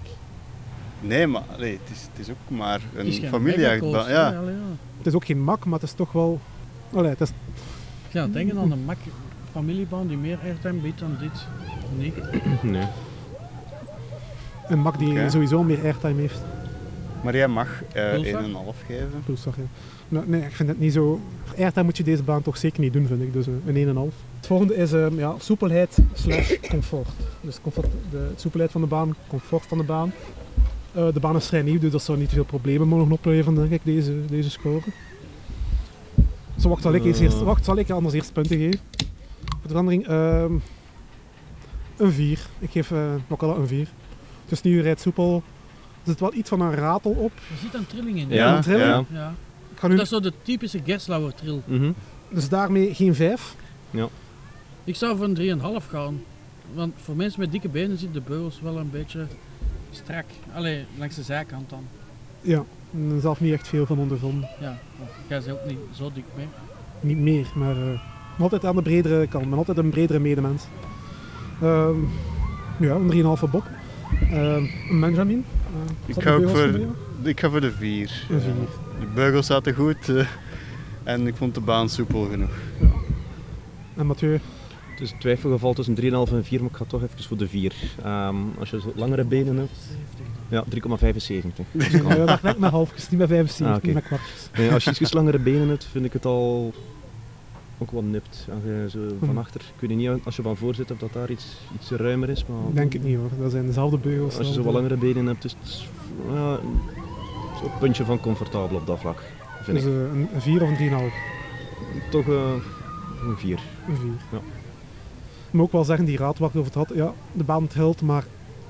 S2: Nee, maar allee, het, is, het is ook maar
S3: Het is
S2: een
S3: geen
S2: familieachtbaan.
S3: megacoaster,
S2: Ja.
S3: hè, allee, ja.
S1: Het is ook geen mak, maar het is toch wel... Allee, het is
S3: Ik zou denken aan een mak familiebaan die meer airtime biedt dan dit. Nee.
S4: Nee.
S1: Een mak die
S2: Oké.
S1: sowieso meer airtime heeft.
S2: Maar jij mag eh,
S3: Wil je
S2: 1,5 geven.
S1: Plus, sorry. Nou, nee, ik vind het niet zo. Voor airtime moet je deze baan toch zeker niet doen, vind ik. Dus eh, een 1,5. Het volgende is ehm, ja, soepelheid slash comfort. Dus comfort, de soepelheid van de baan, comfort van de baan. Eh, de baan is vrij nieuw, dus dat zou niet veel problemen mogen opleveren, denk ik, deze, deze score. Zo, wacht, zal ik, eens
S4: Eh.
S1: eerst, wacht, zal ik anders eerst punten geven? Voor de verandering, ehm, een 4. Ik geef eh Nokala een 4. Het is nieuw, rijdt soepel. Er zit wel iets van een ratel op.
S3: Er zit een trilling in.
S1: Ja. trillen?
S2: ja.
S3: Ja.
S1: Ik ga nu
S3: Dat is zo de typische Gerslauer trill.
S4: Mhm.
S1: Dus daarmee geen 5.
S3: Ik zou voor een 3,5 gaan. Want voor mensen met dikke benen zitten de beugels wel een beetje strak. Allee, langs de zijkant dan.
S1: Ja, mm, zelf niet echt veel van ondervonden.
S3: Ja, want jij bent ook niet zo dik mee.
S1: Niet meer, maar eh, maar altijd aan de bredere kant. Maar altijd een bredere medemens. Ehm, ja, een 3,5 bok. Ehm, een Benjamin. eh,
S2: Ik
S1: zat
S2: ga
S1: er
S2: ook
S1: bij ons
S2: voor-
S1: gebleven?
S2: Ik ga voor de 4.
S1: Een vier.
S2: De beugels zaten goed eh, en ik vond de baan soepel genoeg.
S1: En Mathieu,
S4: Het is een twijfelgeval tussen 3,5 en 4, maar ik ga toch even voor de 4. Ehm, als je zo langere benen hebt. Ja, 3,75. Dat
S1: ja,
S4: kan.
S1: dat werkt met halfjes, niet met 75,
S4: Ah, oké.
S1: niet met kwartjes.
S4: Dus Nee, als je iets langere benen hebt, vind ik het al ook wat nipt. Als je zo van
S1: Hmm.
S4: achter, ik weet niet, als je van voor zit of dat daar iets, iets ruimer is, maar
S1: Ik Denk het niet hoor, dat zijn dezelfde beugels.
S4: als je zo
S1: dezelfde-
S4: wat langere benen hebt, is het ja, zo'n puntje van comfortabel op dat vlak. Vind
S1: Dus
S4: ik.
S1: eh, een 4 of een 3,5.
S4: Toch eh, een 4.
S1: Een vier.
S4: Ja.
S1: Ik moet ook wel zeggen, die raad waar ik het over had, ja, de baan trilt, maar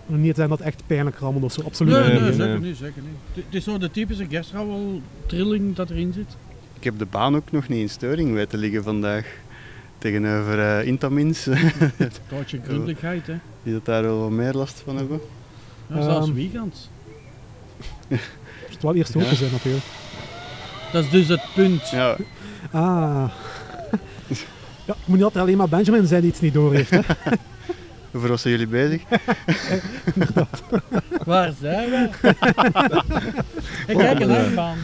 S1: niet zijn dat echt pijnlijk rammelt of zo, absoluut
S3: Nee,
S4: Nee,
S3: nee,
S4: nee,
S3: zeker
S4: nee.
S3: niet, zeker niet. Het- Het is zo de typische Gerstrouwel-trilling dat erin zit.
S2: Ik heb de baan ook nog niet in steuring weten liggen vandaag. Tegenover eh, Intamins,
S3: Een Tootje gründelijkheid, hè.
S2: die dat daar wel wat meer last van hebben.
S3: Ja, zelfs
S1: Ehm.
S3: weekends.
S1: Het moet wel eerst
S2: Ja.
S1: open zijn natuurlijk.
S3: Dat is dus het punt.
S2: Ja,
S1: Ah. Ja, het moet niet altijd alleen maar Benjamin zijn die iets niet door heeft. Hè.
S2: Over wat zijn jullie bezig?
S3: Waar zijn we? Ik kijk een achtbaan.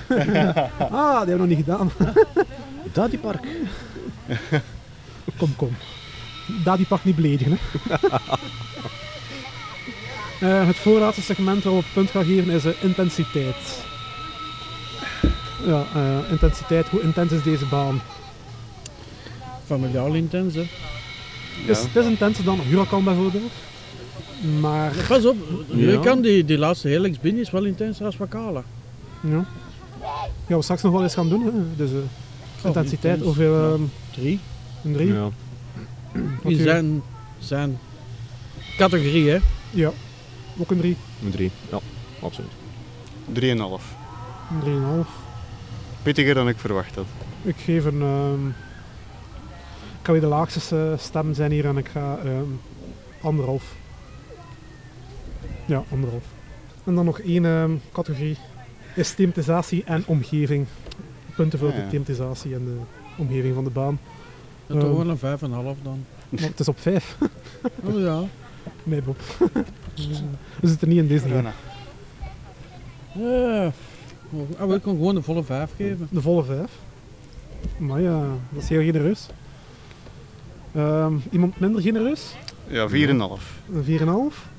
S1: Ah, die hebben we nog niet gedaan.
S4: Daddy Park.
S1: Kom, kom. Daddy pakt niet beledigen. Hè. Eh, het voorlaatste segment waarop ik punt ga geven is eh, intensiteit. Ja, eh, intensiteit. Hoe intens is deze baan?
S3: Familiaal intens, hè.
S1: Het is, het is intenser dan Huracan bijvoorbeeld. Maar
S3: Pas op, je
S4: Ja.
S3: kan die, die laatste heel links binnen is wel intenser als Wakala.
S1: ja. ja, we straks nog wel eens gaan doen. Hè. Dus eh, intensiteit
S3: intens.
S1: over
S3: Ja.
S1: eh,
S3: Drie.
S1: een drie.
S4: Ja.
S1: Wat
S3: In
S1: u-
S3: zijn, zijn categorie, hè.
S1: ja, ook een drie.
S4: Een 3. Ja, absoluut.
S2: 3,5.
S1: Een drieënhalf.
S2: Pittiger dan ik verwacht had.
S1: Ik geef een... ehm, ik ga weer de laagste eh, stem zijn hier en ik ga ehm, anderhalf. Ja, anderhalf. En dan nog één ehm, categorie. Is thematisatie en omgeving. Punten voor
S2: Ah, ja.
S1: de thematisatie en de omgeving van de baan.
S3: Dat is toch
S1: Ehm.
S3: wel een vijf en een half dan.
S1: Want het is op vijf.
S3: Oh ja.
S1: Nee, Bob. We zitten niet in Disney. hè.
S3: Ja. Ah, we kunnen gewoon een volle vijf geven.
S1: De volle vijf. Maar ja, dat is heel genereus. Ehm, iemand minder genereus?
S2: Ja, 4,5.
S1: Een 4,5.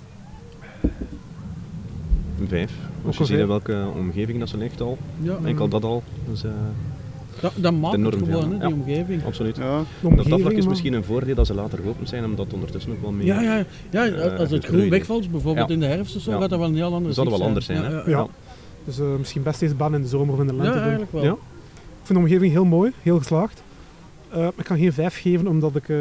S4: Een 5.
S1: Ook
S4: Als je
S1: een
S4: ziet
S1: vijf.
S4: in welke omgeving dat ze ligt al.
S3: Ja,
S4: Enkel dat al. Dus, eh,
S3: dat, dat maakt het
S4: enorm
S3: gewoon,
S4: veel,
S3: hè, die
S4: ja.
S3: omgeving.
S4: absoluut.
S2: Ja,
S1: De
S4: dat
S1: omgeving,
S4: vlak is
S1: maar-
S4: misschien een voordeel dat ze later geopend zijn, omdat ondertussen ook wel meer...
S3: Ja, ja, ja,
S4: Eh,
S3: als het groen
S4: het groeien.
S3: wegvalt, bijvoorbeeld
S4: Ja.
S3: in de herfst of zo,
S4: Ja.
S3: gaat dat wel een heel ander
S4: Dat zal
S3: zicht
S4: wel anders zijn,
S3: Ja,
S4: hè.
S3: ja, ja.
S1: Ja. Dus eh, misschien best deze baan in de zomer of in de
S3: Ja,
S1: lente doen.
S3: eigenlijk wel.
S4: Ja.
S1: Ik vind de omgeving heel mooi, heel geslaagd. Eh, ik kan geen 5 geven omdat ik eh,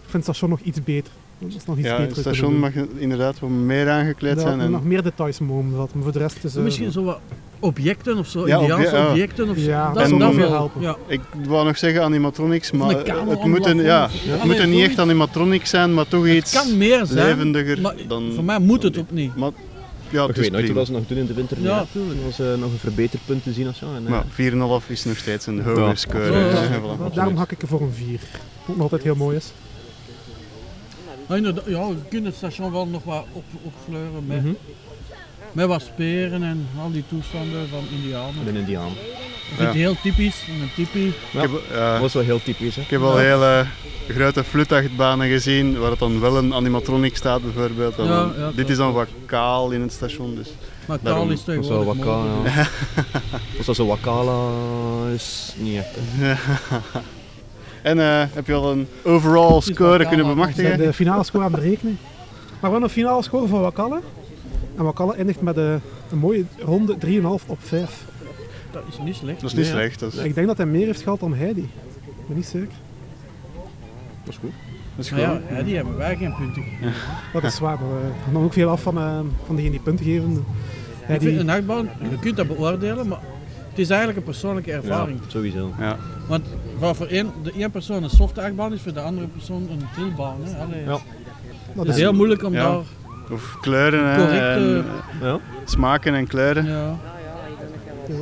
S1: vind het station nog iets beter. Dat is nog iets
S2: ja
S1: beter.
S2: het station mag inderdaad wat meer aangekleed zijn.
S1: en... nog
S2: En
S1: meer details mogen bevatten, maar voor de rest is eh,
S3: Misschien zo wat objecten of zo,
S2: Ja,
S3: Indiaanse
S2: obje- ja.
S3: objecten of zo.
S1: Ja,
S3: dat
S2: en
S3: zou
S2: dan-
S3: wel
S1: helpen.
S3: Ja.
S2: ik wou nog zeggen animatronics,
S3: Of
S2: maar
S3: een kabel
S2: het
S3: aan
S2: moet, een,
S3: plafond.
S2: ja,
S3: Ja,
S2: het
S3: alleen
S2: moet een niet
S3: zoiets.
S2: echt animatronics zijn, maar toch
S3: Het
S2: iets
S3: kan meer zijn,
S2: levendiger
S3: maar
S2: dan...
S3: voor mij moet het
S2: dan
S3: ook niet.
S2: Maar ja,
S4: Ik
S2: het
S4: weet
S2: is
S4: nooit
S2: prima.
S4: wat ze nog doen in de winter.
S3: Ja,
S4: Ja, toen was eh, nog een verbeterpunt te zien of zo. En, eh,
S2: Maar 4,5 is nog steeds een hoge
S4: Ja.
S2: score.
S3: Ja, ja.
S2: hè, voilà.
S1: daarom hak ik er voor een 4. Wat nog altijd heel mooi is.
S3: Ja, inderdaad, ja, we kunnen het station wel nog wat op, opfleuren met,
S1: Mhm.
S3: met wat speren en al die toestanden van Indianen.
S4: Met een Indiaan.
S3: Ik vind het heel typisch, een typie.
S2: Ik heb, ja,
S4: Dat was wel heel typisch. Hè.
S2: ik heb al
S3: Ja.
S2: hele grote flutachtbanen gezien, waar het dan wel een animatronic staat bijvoorbeeld. En
S3: Ja,
S2: dan-
S3: ja,
S2: dit is dan wat kaal in het station, dus...
S3: Maar
S2: Daarom.
S3: Kaal is
S4: Dat was wel
S3: tegenwoordig
S4: Wakala.
S3: mogelijk.
S4: Was dat zo Wakala is niet echt. hè.
S2: En eh, heb je al een overall score kunnen
S1: Zijn
S2: bemachtigen?
S1: de finale score aan het berekenen. Maar we hebben een finale score van Wakalle. En Wakalle eindigt met eh, een mooie ronde 3,5 op 5.
S3: Dat is niet slecht.
S2: Dat is niet
S4: Ja.
S2: slecht. Dat is,
S1: Ik denk dat hij meer heeft gehad dan Heidi. Ik ben niet zeker.
S4: Dat is goed.
S2: dat is
S3: Maar
S2: goed.
S3: ja, hè, die hebben wij geen punten gegeven.
S1: Dat is zwaar, maar eh, het hangt ook veel af van, eh, van degene die punten geven.
S3: Ik
S1: Heidi,
S3: vind een achtbaan, je kunt dat beoordelen, maar het is eigenlijk een persoonlijke ervaring.
S4: Ja, sowieso.
S2: Ja.
S3: Want wat voor één, de één persoon een softe achtbaan is, voor de andere persoon een trilbaan. Hè. Allee,
S4: Ja.
S1: dat
S3: Het
S1: is
S3: is heel moeilijk om
S2: Ja.
S3: daar...
S2: Of kleuren hè, eh.
S3: Correcte-
S2: en
S4: Ja.
S2: smaken en kleuren.
S3: Ja.
S1: Ja.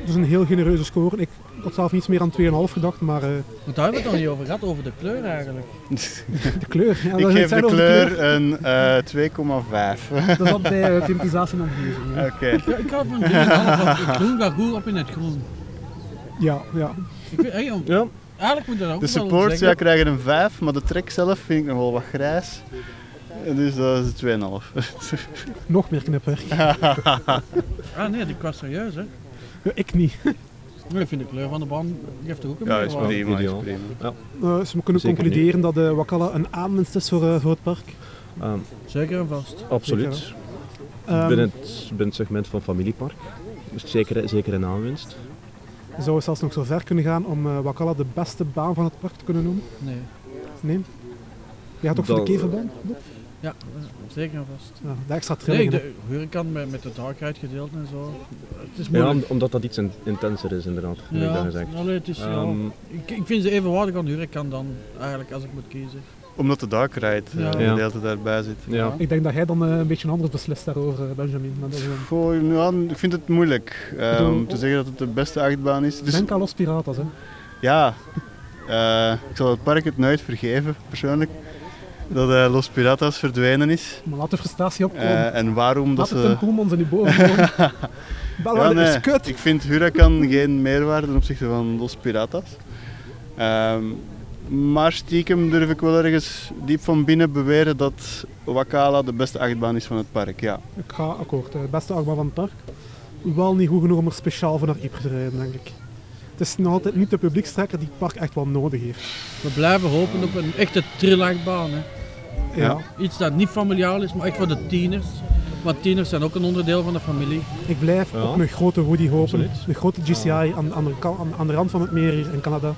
S1: Dat is een heel genereuze score. Ik had zelf niets meer aan 2,5 gedacht, maar eh,
S3: Want daar hebben we het nog niet over gehad, over de kleur eigenlijk.
S1: de kleur. Ja, dat is
S2: Ik geef de
S1: hetzelfde over
S2: kleur een eh 2,5. Oké.
S1: Dat zat bij eh, thematisatie en omgeving. ja.
S3: Ja, ik had van het groen gaat goed op in het groen.
S1: Ja, ja.
S3: Ik weet, hey, om-
S4: Ja,
S3: eigenlijk moet je dat ook
S2: De
S3: wel
S2: supports ja,
S3: zeggen.
S2: krijgen een 5, maar de trek zelf vind ik nog wel wat grijs. Dus dat is een 2,5.
S1: Nog meer knipwerk.
S3: Ah nee, die was serieus hè.
S1: Ja, ik niet.
S3: Nee, ik vind de kleur van de baan, die heeft ook een
S2: Ja,
S3: mooie
S2: is
S3: baan.
S4: wel-
S2: prima, is
S4: ideaal.
S2: prima.
S1: Eh, dus we kunnen
S4: Zeker
S1: concluderen dat eh Wakala een aanwinst is voor, eh, voor het park.
S4: ehm,
S3: Zeker en vast.
S4: absoluut.
S1: Ehm,
S4: binnen, het, binnen het segment van familiepark. Dus zeker, zeker een aanwinst.
S1: Zou het zelfs nog zo ver kunnen gaan om eh, Wakala de beste baan van het park te kunnen noemen?
S3: Nee.
S1: Nee? Je gaat toch voor de
S4: Dat-
S2: eh,
S1: keverbaan? Bob?
S3: Ja, eh, zeker en vast.
S1: Ja, de extra
S3: Nee,
S1: trillingen. hè.
S3: de hurrikan met, met de dark ride gedeelte en zo. Het is
S4: Ja,
S3: moeilijk.
S4: om- omdat dat iets in- intenser is inderdaad, heb ik dan gezegd.
S3: allee, het is, ja.
S4: Ehm,
S3: ik, ik vind ze evenwaardig aan de Huracan dan, eigenlijk, als ik moet kiezen.
S2: Omdat de darkride
S3: Ja.
S2: eh
S4: Ja.
S2: de hele tijd daarbij zit.
S4: ja.
S1: Ik denk dat jij dan eh, een beetje anders beslist daarover, eh, Benjamin. Maar dat is, eh,
S2: Goh, ja, nou, ik vind het moeilijk eh, om te zeggen dat het de beste achtbaan is. Dus,
S1: Denk aan Los Piratas, hè.
S2: ja, eh, ik zal het park het nooit vergeven, persoonlijk. Dat eh, Los Piratas verdwenen is.
S1: Maar laat de frustratie opkomen.
S2: Eh, en waarom dat
S1: laat de
S2: ze...
S1: Tim Koelmans in die boven komen. Bel
S2: Ja,
S1: wel
S2: nee,
S1: is kut.
S2: Ik vind Huracan geen meerwaarde ten opzichte van Los Piratas. Ehm, maar stiekem durf ik wel ergens diep van binnen beweren dat Wakala de beste achtbaan is van het park. Ja,
S1: Ik ga akkoord. eh, beste achtbaan van het park. Wel niet goed genoeg om er speciaal voor naar Ypres te rijden, denk ik. Het is nog altijd niet de publiekstrekker die het park echt wel nodig heeft.
S3: We blijven hopen op een echte trillachtbaan. Hè.
S1: Ja.
S3: Iets dat niet familiaal is, maar echt voor de tieners. Want tieners zijn ook een onderdeel van de familie.
S1: Ik blijf
S4: Ja.
S1: op een grote Woody hopen.
S4: Absoluut.
S1: Een grote GCI aan, aan, de, ka- aan, aan de rand van het meer hier in Canada. Dat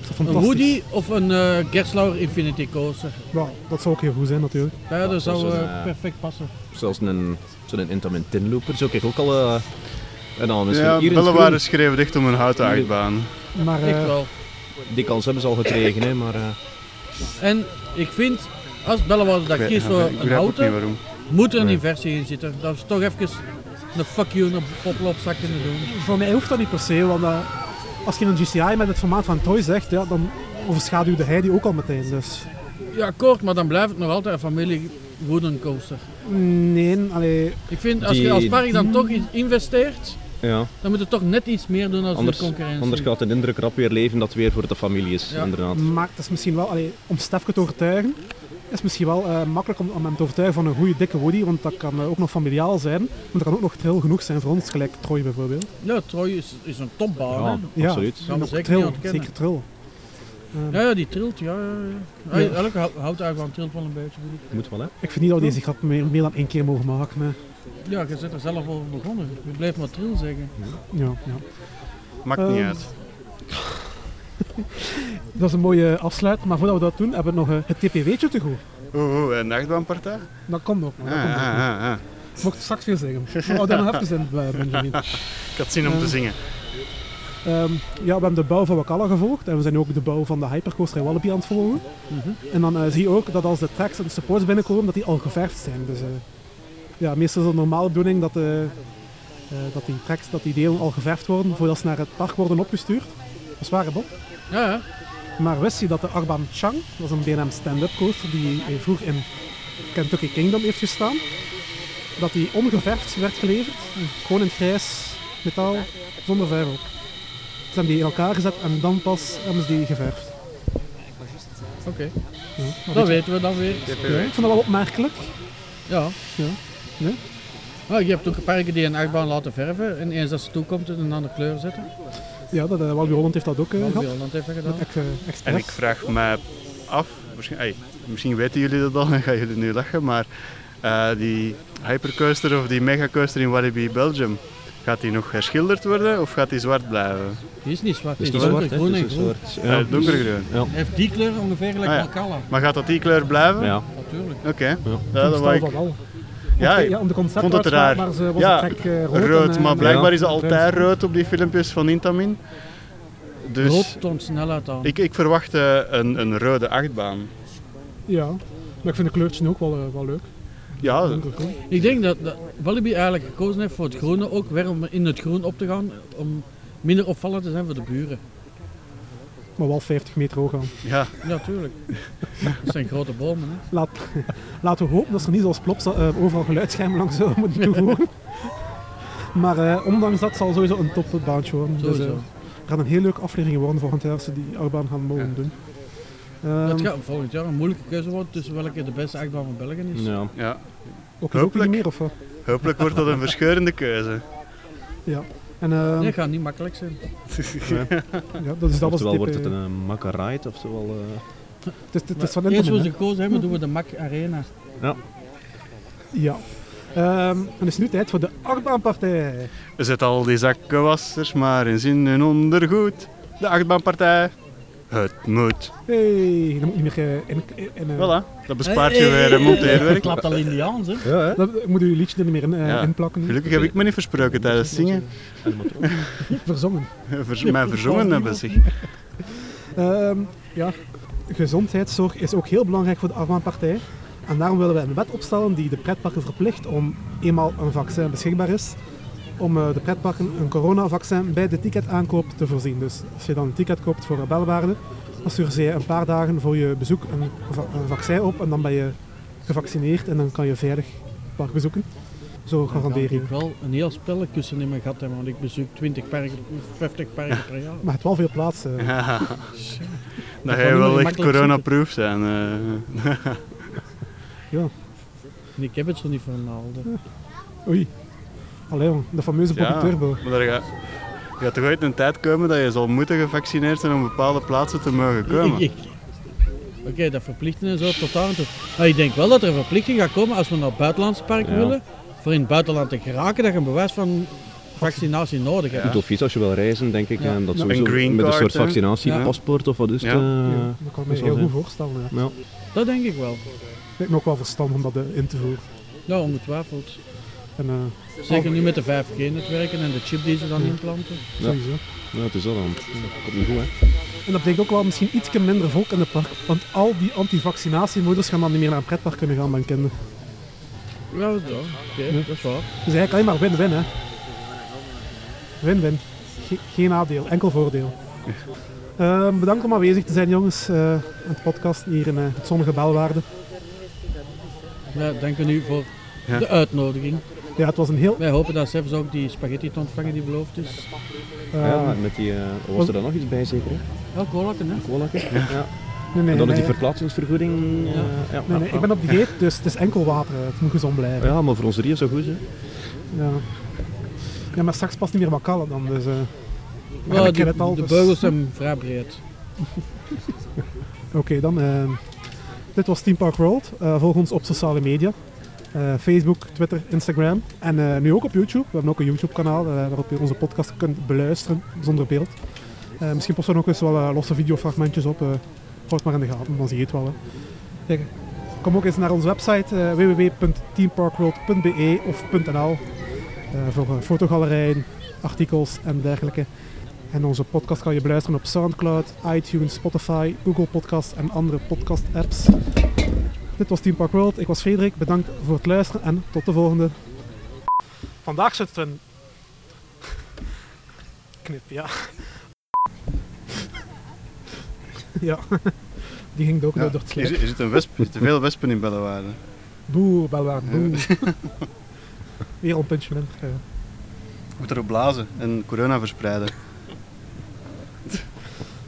S1: is
S3: Een
S1: fantastisch.
S3: Woody of een eh Gerslauer Infinity Coaster.
S1: Ja, dat zou ook heel goed zijn natuurlijk.
S3: Ja, dat zou
S4: dat is een,
S3: eh,
S4: eh,
S3: perfect passen.
S4: Zelfs een, zo'n Intamin Tinlooper zou ik ook al eh, een aanwinst
S2: ja
S4: vinden. Dus Hier in het
S2: Bellewaren schreven echt om een houten achtbaan.
S1: Maar eh,
S3: Echt wel.
S4: groen. Die kans hebben ze al gekregen, hè, maar eh,
S3: En ik vind, als Bellewaarde dat
S2: weet-
S3: kiest voor
S2: ik
S3: een
S2: begrijp ook niet
S3: auto,
S2: waarom.
S3: moet er een
S4: Nee.
S3: diversie in zitten. Dat is toch even een fuck you een poploopzak kunnen doen.
S1: voor mij hoeft dat niet per se, want eh, als je een GCI met het formaat van Toy zegt, ja, dan overschaduwde hij die ook al meteen. Dus
S3: Ja, akkoord, maar dan blijft het nog altijd een familie wooden coaster.
S1: nee, allee,
S3: Ik vind, als je
S4: Die-
S3: als park dan toch iets investeert,
S4: ja.
S3: dan moet je toch net iets meer doen als
S4: Anders,
S3: de concurrentie.
S4: anders gaat de indruk rap weer leven dat het weer voor de familie is,
S3: Ja.
S4: inderdaad.
S1: Maar het is misschien wel, allee, om Stefke te overtuigen, is misschien wel eh, makkelijk om, om hem te overtuigen van een goede dikke Woody, want dat kan eh, ook nog familiaal zijn, want dat kan ook nog trill genoeg zijn voor ons, gelijk Troy bijvoorbeeld.
S3: Ja, Troy is, is een topbaan.
S4: Ja,
S3: Ja.
S1: Ja.
S4: absoluut.
S3: Gaan we
S1: Nog
S3: zeker
S1: trill,
S3: niet ontkennen.
S1: zeker trill. Ehm,
S3: Ja, ja, die trilt, ja. ja, ja. Hij-
S1: Ja.
S3: Elke hou- houdt eigenlijk wel trilt wel een beetje. vind ik.
S4: Moet wel, hè.
S1: Ik vind niet dat we deze grap meer, meer dan één keer mogen maken. hè.
S3: Ja, je bent er zelf over begonnen. Je blijft maar tril zeggen.
S1: Ja, ja.
S2: Maakt
S1: Ehm,
S2: niet
S4: Oh.
S2: uit.
S1: Dat is een mooie afsluiter, maar voordat we dat doen, hebben we nog eh, het TPW'tje te goed.
S2: Oeh, oeh, een achtbaanpartij?
S1: Dat komt nog, maar
S2: Ah,
S1: dat komt nog.
S2: ah, ah, ah.
S1: Ik mocht straks weer zeggen. Maar hou daar nog even in, eh, Benjamin.
S2: Ik had zin om te zingen.
S1: Ehm, ja, we hebben de bouw van Wakala gevolgd en we zijn ook de bouw van de Hypercoaster in Wallaby aan het volgen. En dan eh, zie je ook dat als de tracks en de supports binnenkomen, dat die al geverfd zijn. Dus eh, ja, meestal is het een normale bedoeling dat, eh, eh, dat die tracks, dat die delen al geverfd worden voordat ze naar het park worden opgestuurd. Dat is waar, hè, Bob.
S3: Ja, ja.
S1: Maar wist je dat de Arban Chang, dat is een BNM stand-up coaster die eh, vroeger in Kentucky Kingdom heeft gestaan, dat die ongeverfd werd geleverd, gewoon in het grijs metaal, zonder verf op. Ze hebben die in elkaar gezet en dan pas hebben ze die geverfd.
S3: oké.
S1: Ja, maar
S3: Dat
S1: weet
S3: weten we dan weer.
S1: je- ja, ik vond dat wel opmerkelijk.
S3: Ja.
S1: Ja. Ja.
S3: Maar je hebt ook parken die een achtbaan laten verven en eens dat ze toekomt in een andere kleur zetten.
S1: Ja, dat, eh, Walibi Holland heeft dat ook eh,
S3: Dat
S1: gehad.
S3: Holland heeft dat gedaan.
S1: Dat ik, eh, expres.
S2: En ik vraag me af, misschien, ey, misschien weten jullie dat al en gaan jullie nu lachen, maar eh, die hypercoaster of die megacoaster in Walibi Belgium, gaat die nog herschilderd worden of gaat die zwart blijven?
S3: Die is niet zwart, die
S4: Dus
S3: is
S4: die zwart, hè.
S3: donkergroen
S4: dus
S3: en
S4: een
S3: groen.
S4: soort...
S2: Eh,
S4: Ja,
S2: donkergroen.
S3: Hij heeft die kleur ongeveer gelijk
S2: Ah, ja.
S3: Makala.
S2: Maar gaat dat die kleur blijven?
S4: ja.
S3: Natuurlijk.
S2: Oké. Ja,
S1: Ik
S2: dat
S1: stel
S2: wou ik-
S1: van wel.
S2: ja,
S1: ja, om de concept
S2: vond het
S1: art waar-
S2: raar.
S1: waar ze was
S2: Ja,
S1: het trek, eh, rood, en,
S2: rood,
S1: eh,
S2: maar blijkbaar is het
S1: bruin.
S2: altijd rood op die filmpjes van Intamin. Dus
S3: Rood toont snelheid aan.
S2: ik, ik verwacht eh, een, een rode achtbaan.
S1: Ja, maar ik vind de kleurtjes ook wel, eh, wel leuk.
S2: Ja,
S1: donkergroen.
S3: Ik denk dat, dat Walibi eigenlijk gekozen heeft voor het groene ook, weer om in het groen op te gaan, om minder opvallend te zijn voor de buren.
S1: Maar wel 50 meter hoog aan.
S2: ja.
S3: Ja, tuurlijk. Dat zijn grote bomen. Hè.
S1: Laat, laten we hopen dat ze niet als plops eh, overal geluidsschermen langs zouden moeten toevoegen. maar eh, ondanks dat zal sowieso een topbaantje worden. Dus, eh,
S3: Sowieso.
S1: het gaat een heel leuke aflevering worden volgend jaar als ze die achtbaan gaan mogen
S3: Ja.
S1: doen.
S3: Het
S1: Ehm,
S3: gaat volgend jaar een moeilijke keuze worden tussen welke de beste achtbaan van België is.
S4: Ja.
S2: ja.
S1: ook ook niet
S2: hopelijk.
S1: meer of wat?
S2: Hopelijk wordt dat een verscheurende keuze.
S1: Ja. En, ehm,
S3: Nee, dat gaat niet makkelijk zijn.
S1: ja, dat is dat was
S4: Oftewel
S1: het
S4: wordt het
S1: tip,
S4: een
S1: eh.
S4: eh, makkerite, oftewel... eh,
S1: Het is- het
S3: Maar
S1: is van
S3: Eerst we
S1: Intamin,
S3: ze
S1: hè?
S3: gekozen hebben, doen we de Mac Arena.
S1: Ja. Ehm, dan is het nu tijd voor de achtbaanpartij.
S2: Zet al die zakkenwassers maar eens in hun ondergoed. De achtbaanpartij. Het moet.
S1: Hey, dan moet ik niet meer eh, in... in eh,
S2: Voilà, dat bespaart je weer een monteerwerk.
S3: Klapt al Indiaans, hè?
S4: Ja, hè?
S1: dat, ik moet uw liedje er niet meer in, eh,
S2: Ja.
S1: inplakken. nu.
S2: Gelukkig heb ik me niet versproken tijdens het zingen.
S1: Verzongen.
S2: Vers, mij verzongen hebben zich.
S1: Ehm, ja, gezondheidszorg is ook heel belangrijk voor de Armaanpartij. En daarom willen wij een wet opstellen die de pretparken verplicht om, eenmaal een vaccin beschikbaar is, om eh, de pretparken een coronavaccin bij de ticketaankoop te voorzien. Dus als je dan een ticket koopt voor rebelwaarde, dan sturen ze je een paar dagen voor je bezoek een, va- een vaccin op en dan ben je gevaccineerd en dan kan je veilig het park bezoeken. Zo
S3: Ik
S1: garandeer je.
S3: heb wel een heel spellenkussen in mijn gat hebben, want ik bezoek 20 parken, 50 parken per jaar.
S1: Maar het wel veel plaats. eh.
S2: Dat
S3: kan
S2: ga je
S3: niet
S2: wel
S3: meer
S2: echt
S3: makkelijk
S2: coronaproof zijn. eh.
S3: En ik heb het zo niet van Naalden.
S1: Oei. Allee jong, de fameuze Bobby
S2: Ja,
S1: Turbo.
S2: maar daar gaat, er gaat toch ooit een tijd komen dat je zal moeten gevaccineerd zijn om op bepaalde plaatsen te mogen komen.
S3: Ik- ik- Oké, dat verplichten en zo, tot daar en toe. Maar ik denk wel dat er een verplichting gaat komen als we naar het buitenlandse park
S4: Ja.
S3: willen, voor in het buitenland te geraken, dat je een bewijs van vaccinatie nodig hebt.
S4: Je doet fiets als je wil reizen, denk ik.
S3: Ja.
S4: En dat
S1: Ja.
S4: sowieso
S2: Een green
S4: met een
S2: card,
S4: soort
S2: hè?
S4: vaccinatiepaspoort of wat is het?
S2: Ja.
S4: eh,
S1: Ja, dat kan ik me
S4: dat
S1: heel
S4: zal
S1: goed voorstellen. Ja.
S4: ja.
S3: Dat denk ik wel.
S1: Lijkt me ook wel verstandig om dat eh, in te voeren.
S3: Ja, ongetwijfeld.
S1: En, eh,
S3: Zeker nu met de 5G-netwerken en de chip die ze dan implanten.
S4: Ja.
S1: sowieso.
S4: Ja, het is dat dan. Ja, Komt niet goed, hè?
S1: en dat betekent ook wel misschien iets minder volk in het park. Want al die antivaccinatiemodus gaan dan niet meer naar een pretpark kunnen gaan, mijn kinderen.
S3: Ja, dat is waar. Oké, dat is waar.
S1: Dus eigenlijk alleen maar win-win, hè. Win-win. Ge- geen nadeel, enkel voordeel. Eh, bedankt om aanwezig te zijn, jongens. eh aan het podcast hier in eh, het zonnige Belwaarde.
S3: Ja, dank u nu voor
S2: Ja.
S3: de uitnodiging.
S1: Ja, het was een heel...
S3: Wij hopen dat zelfs ook die spaghetti te ontvangen die beloofd is.
S1: eh,
S4: Ja, met die, eh, was er dan nog iets bij zeker? Hè?
S3: Ja, colakken, hè?
S4: Colakken? Ja.
S1: nee, nee,
S4: En dan
S1: nee,
S4: is die verplaatsingsvergoeding. eh,
S3: Ja.
S4: ja,
S1: nee, nee,
S4: ja,
S1: ik ben op dieet, dus het is enkel water. eh, Het moet gezond blijven.
S4: ja, maar voor ons drieën zo goed. Hè?
S1: Ja. ja, maar straks past niet meer Makala dan, dus... eh,
S3: Ja,
S1: ik
S3: die-
S1: ken het al,
S3: de
S1: dus-
S3: beugels zijn vrij breed.
S1: Oké, dan. ehm, dit was Team Park World. Eh, volg ons op sociale media. Eh, Facebook, Twitter, Instagram. En eh, nu ook op YouTube. We hebben ook een YouTube-kanaal eh, waarop je onze podcast kunt beluisteren zonder beeld. Eh, misschien posten we ook eens wel eh, losse videofragmentjes op. eh houd maar in de gaten, dan zie je het wel. hè. Kijk, kom ook eens naar onze website eh, www.teamparkworld.be of .nl eh, voor eh, fotogalerijen, artikels en dergelijke. En onze podcast kan je beluisteren op Soundcloud, iTunes, Spotify, Google Podcasts en andere podcast-apps. Dit was Team Park World. Ik was Frederik. Bedankt voor het luisteren en tot de volgende. Vandaag zit er een... Knip, ja. ja, die ging ook
S2: Ja.
S1: door het
S2: Hier
S1: slijm.
S2: zit- hier zitten wesp- er zitten veel wespen in Bellewaarde.
S1: Boe, Belwaard, boe. Weer een puntje minder. eh.
S2: Moet erop blazen en corona verspreiden.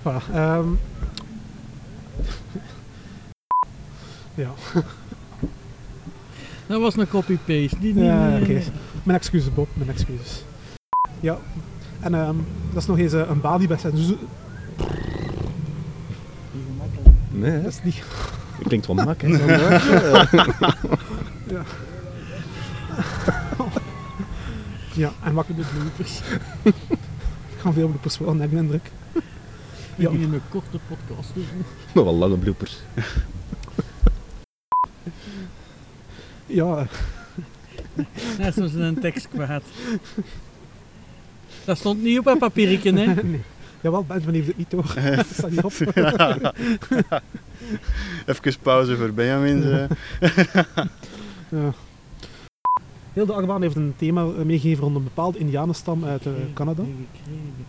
S1: Voilà. ehm. ja,
S3: Dat was een copy-paste. Die, die,
S1: Ja,
S3: die-
S1: oké. mijn excuses Bob, mijn excuses. Ja, en ehm, dat is nog eens eh, een baan die best zijn. Zo-
S4: Nee, hè?
S1: Dat is niet...
S4: Het klinkt wel mak. Hè?
S1: Ja, en makkelijk de bloopers. Ik ga veel bloopers wel, heb ik de indruk.
S3: die
S1: Ja.
S3: in een korte podcast doen.
S4: Maar wel lange bloepers.
S1: Ja, eh,
S3: Net zoals in een tekst kwaad. Dat stond niet op een papiertje, hè?
S1: nee. Jawel, Benjamin heeft het niet door. Dat staat niet op.
S2: Even pauze voor Benjamin. eh.
S1: Ja. Heel de achtbaan heeft een thema eh, meegegeven rond een bepaalde indianenstam uit eh, Canada
S3: Gekregen.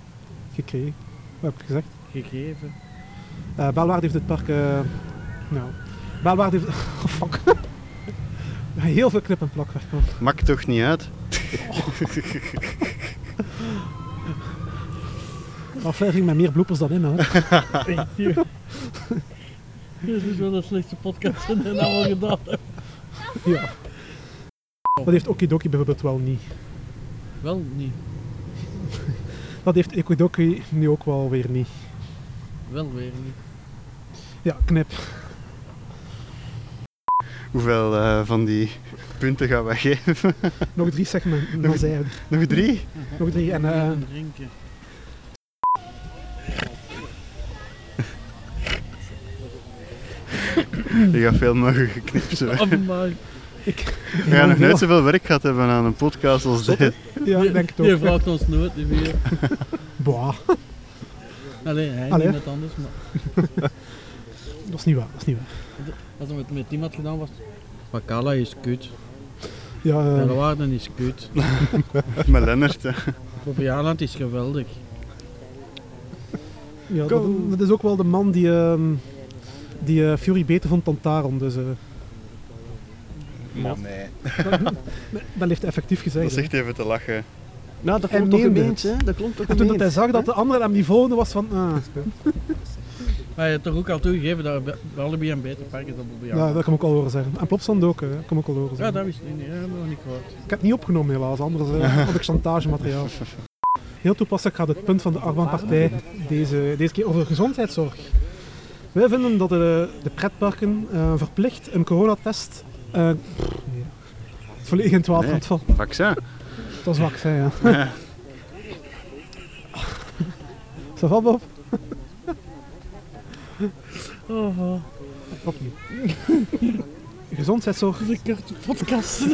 S1: gekregen. Wat heb ik gezegd?
S3: Gegeven.
S1: Eh Belwaard heeft dit park... eh nou, Belwaard heeft... Oh, fuck. Heel veel knip en plakwerk, man.
S2: Maakt toch niet uit?
S1: Een aflevering met meer bloepers dan in, hè. Ah,
S3: Thank you. Dit is wel een slechte podcast en dat al gedaan. heb.
S1: Ja. Dat heeft Okidoki bijvoorbeeld wel niet.
S3: Wel niet.
S1: Dat heeft Okidoki nu ook wel weer niet.
S3: Wel weer niet.
S1: Ja, knip.
S2: Hoeveel eh, van die punten gaan wij geven?
S1: Nog drie segmenten naar zij.
S2: Nog drie?
S1: Nog drie en... eh,
S3: Eten, drinken.
S2: Je gaat veel mogelijk geknipt zo.
S3: Oh, maar
S1: ik,
S2: We gaan nog nooit zoveel werk gehad hebben aan een podcast als dit.
S1: Ja, ik denk het
S3: Je
S1: ook.
S3: vraagt ons nooit niet meer.
S1: Boah,
S3: Alleen hij
S1: Allee.
S3: niet met anders. Maar
S1: dat is niet waar, dat is niet waar.
S3: als het met, met iemand gedaan was. Bakala is kut.
S1: Eh. Ja, eh,
S3: Belwaarden is kut.
S2: Met Lennart. hè.
S3: Propialand is geweldig.
S1: ja dat, dat is ook wel de man die, ehm, die eh, Fury beter vond dan Taron, dus... eh,
S2: nee.
S1: dat heeft hij effectief gezegd.
S2: Dat is
S1: hè.
S2: echt even te lachen.
S4: Nou, dat
S1: En
S4: klonk toch
S1: meende
S4: gemeend, hè? Dat klonk toch
S1: En toen dat
S4: gemeend.
S1: hij zag dat de andere hem die volgende was van... ah,
S3: Maar je hebt toch ook al toegegeven dat we bij allebei een beter park is dan
S1: nou,
S3: Propialand.
S1: dat kan ik al horen zeggen. En Plopsand ook, hè, dat kan ik ook al horen
S3: Ja,
S1: zeggen.
S3: dat wist ik niet. Dat hebben we nog niet gehoord.
S1: Ik heb het niet opgenomen helaas, anders eh, had ik chantagemateriaal. Heel toepasselijk gaat het punt van de Arban-partij deze, deze keer over gezondheidszorg. Wij vinden dat de, de pretparken eh, verplicht een coronatest... eh pff, nee. Volledig in het water aan het vallen.
S2: Vaccin.
S1: Dat is wakker, ja. Zo van Bob?
S3: Oh, oh.
S1: Opnieuw. Gezondheidszorg
S3: De podcast.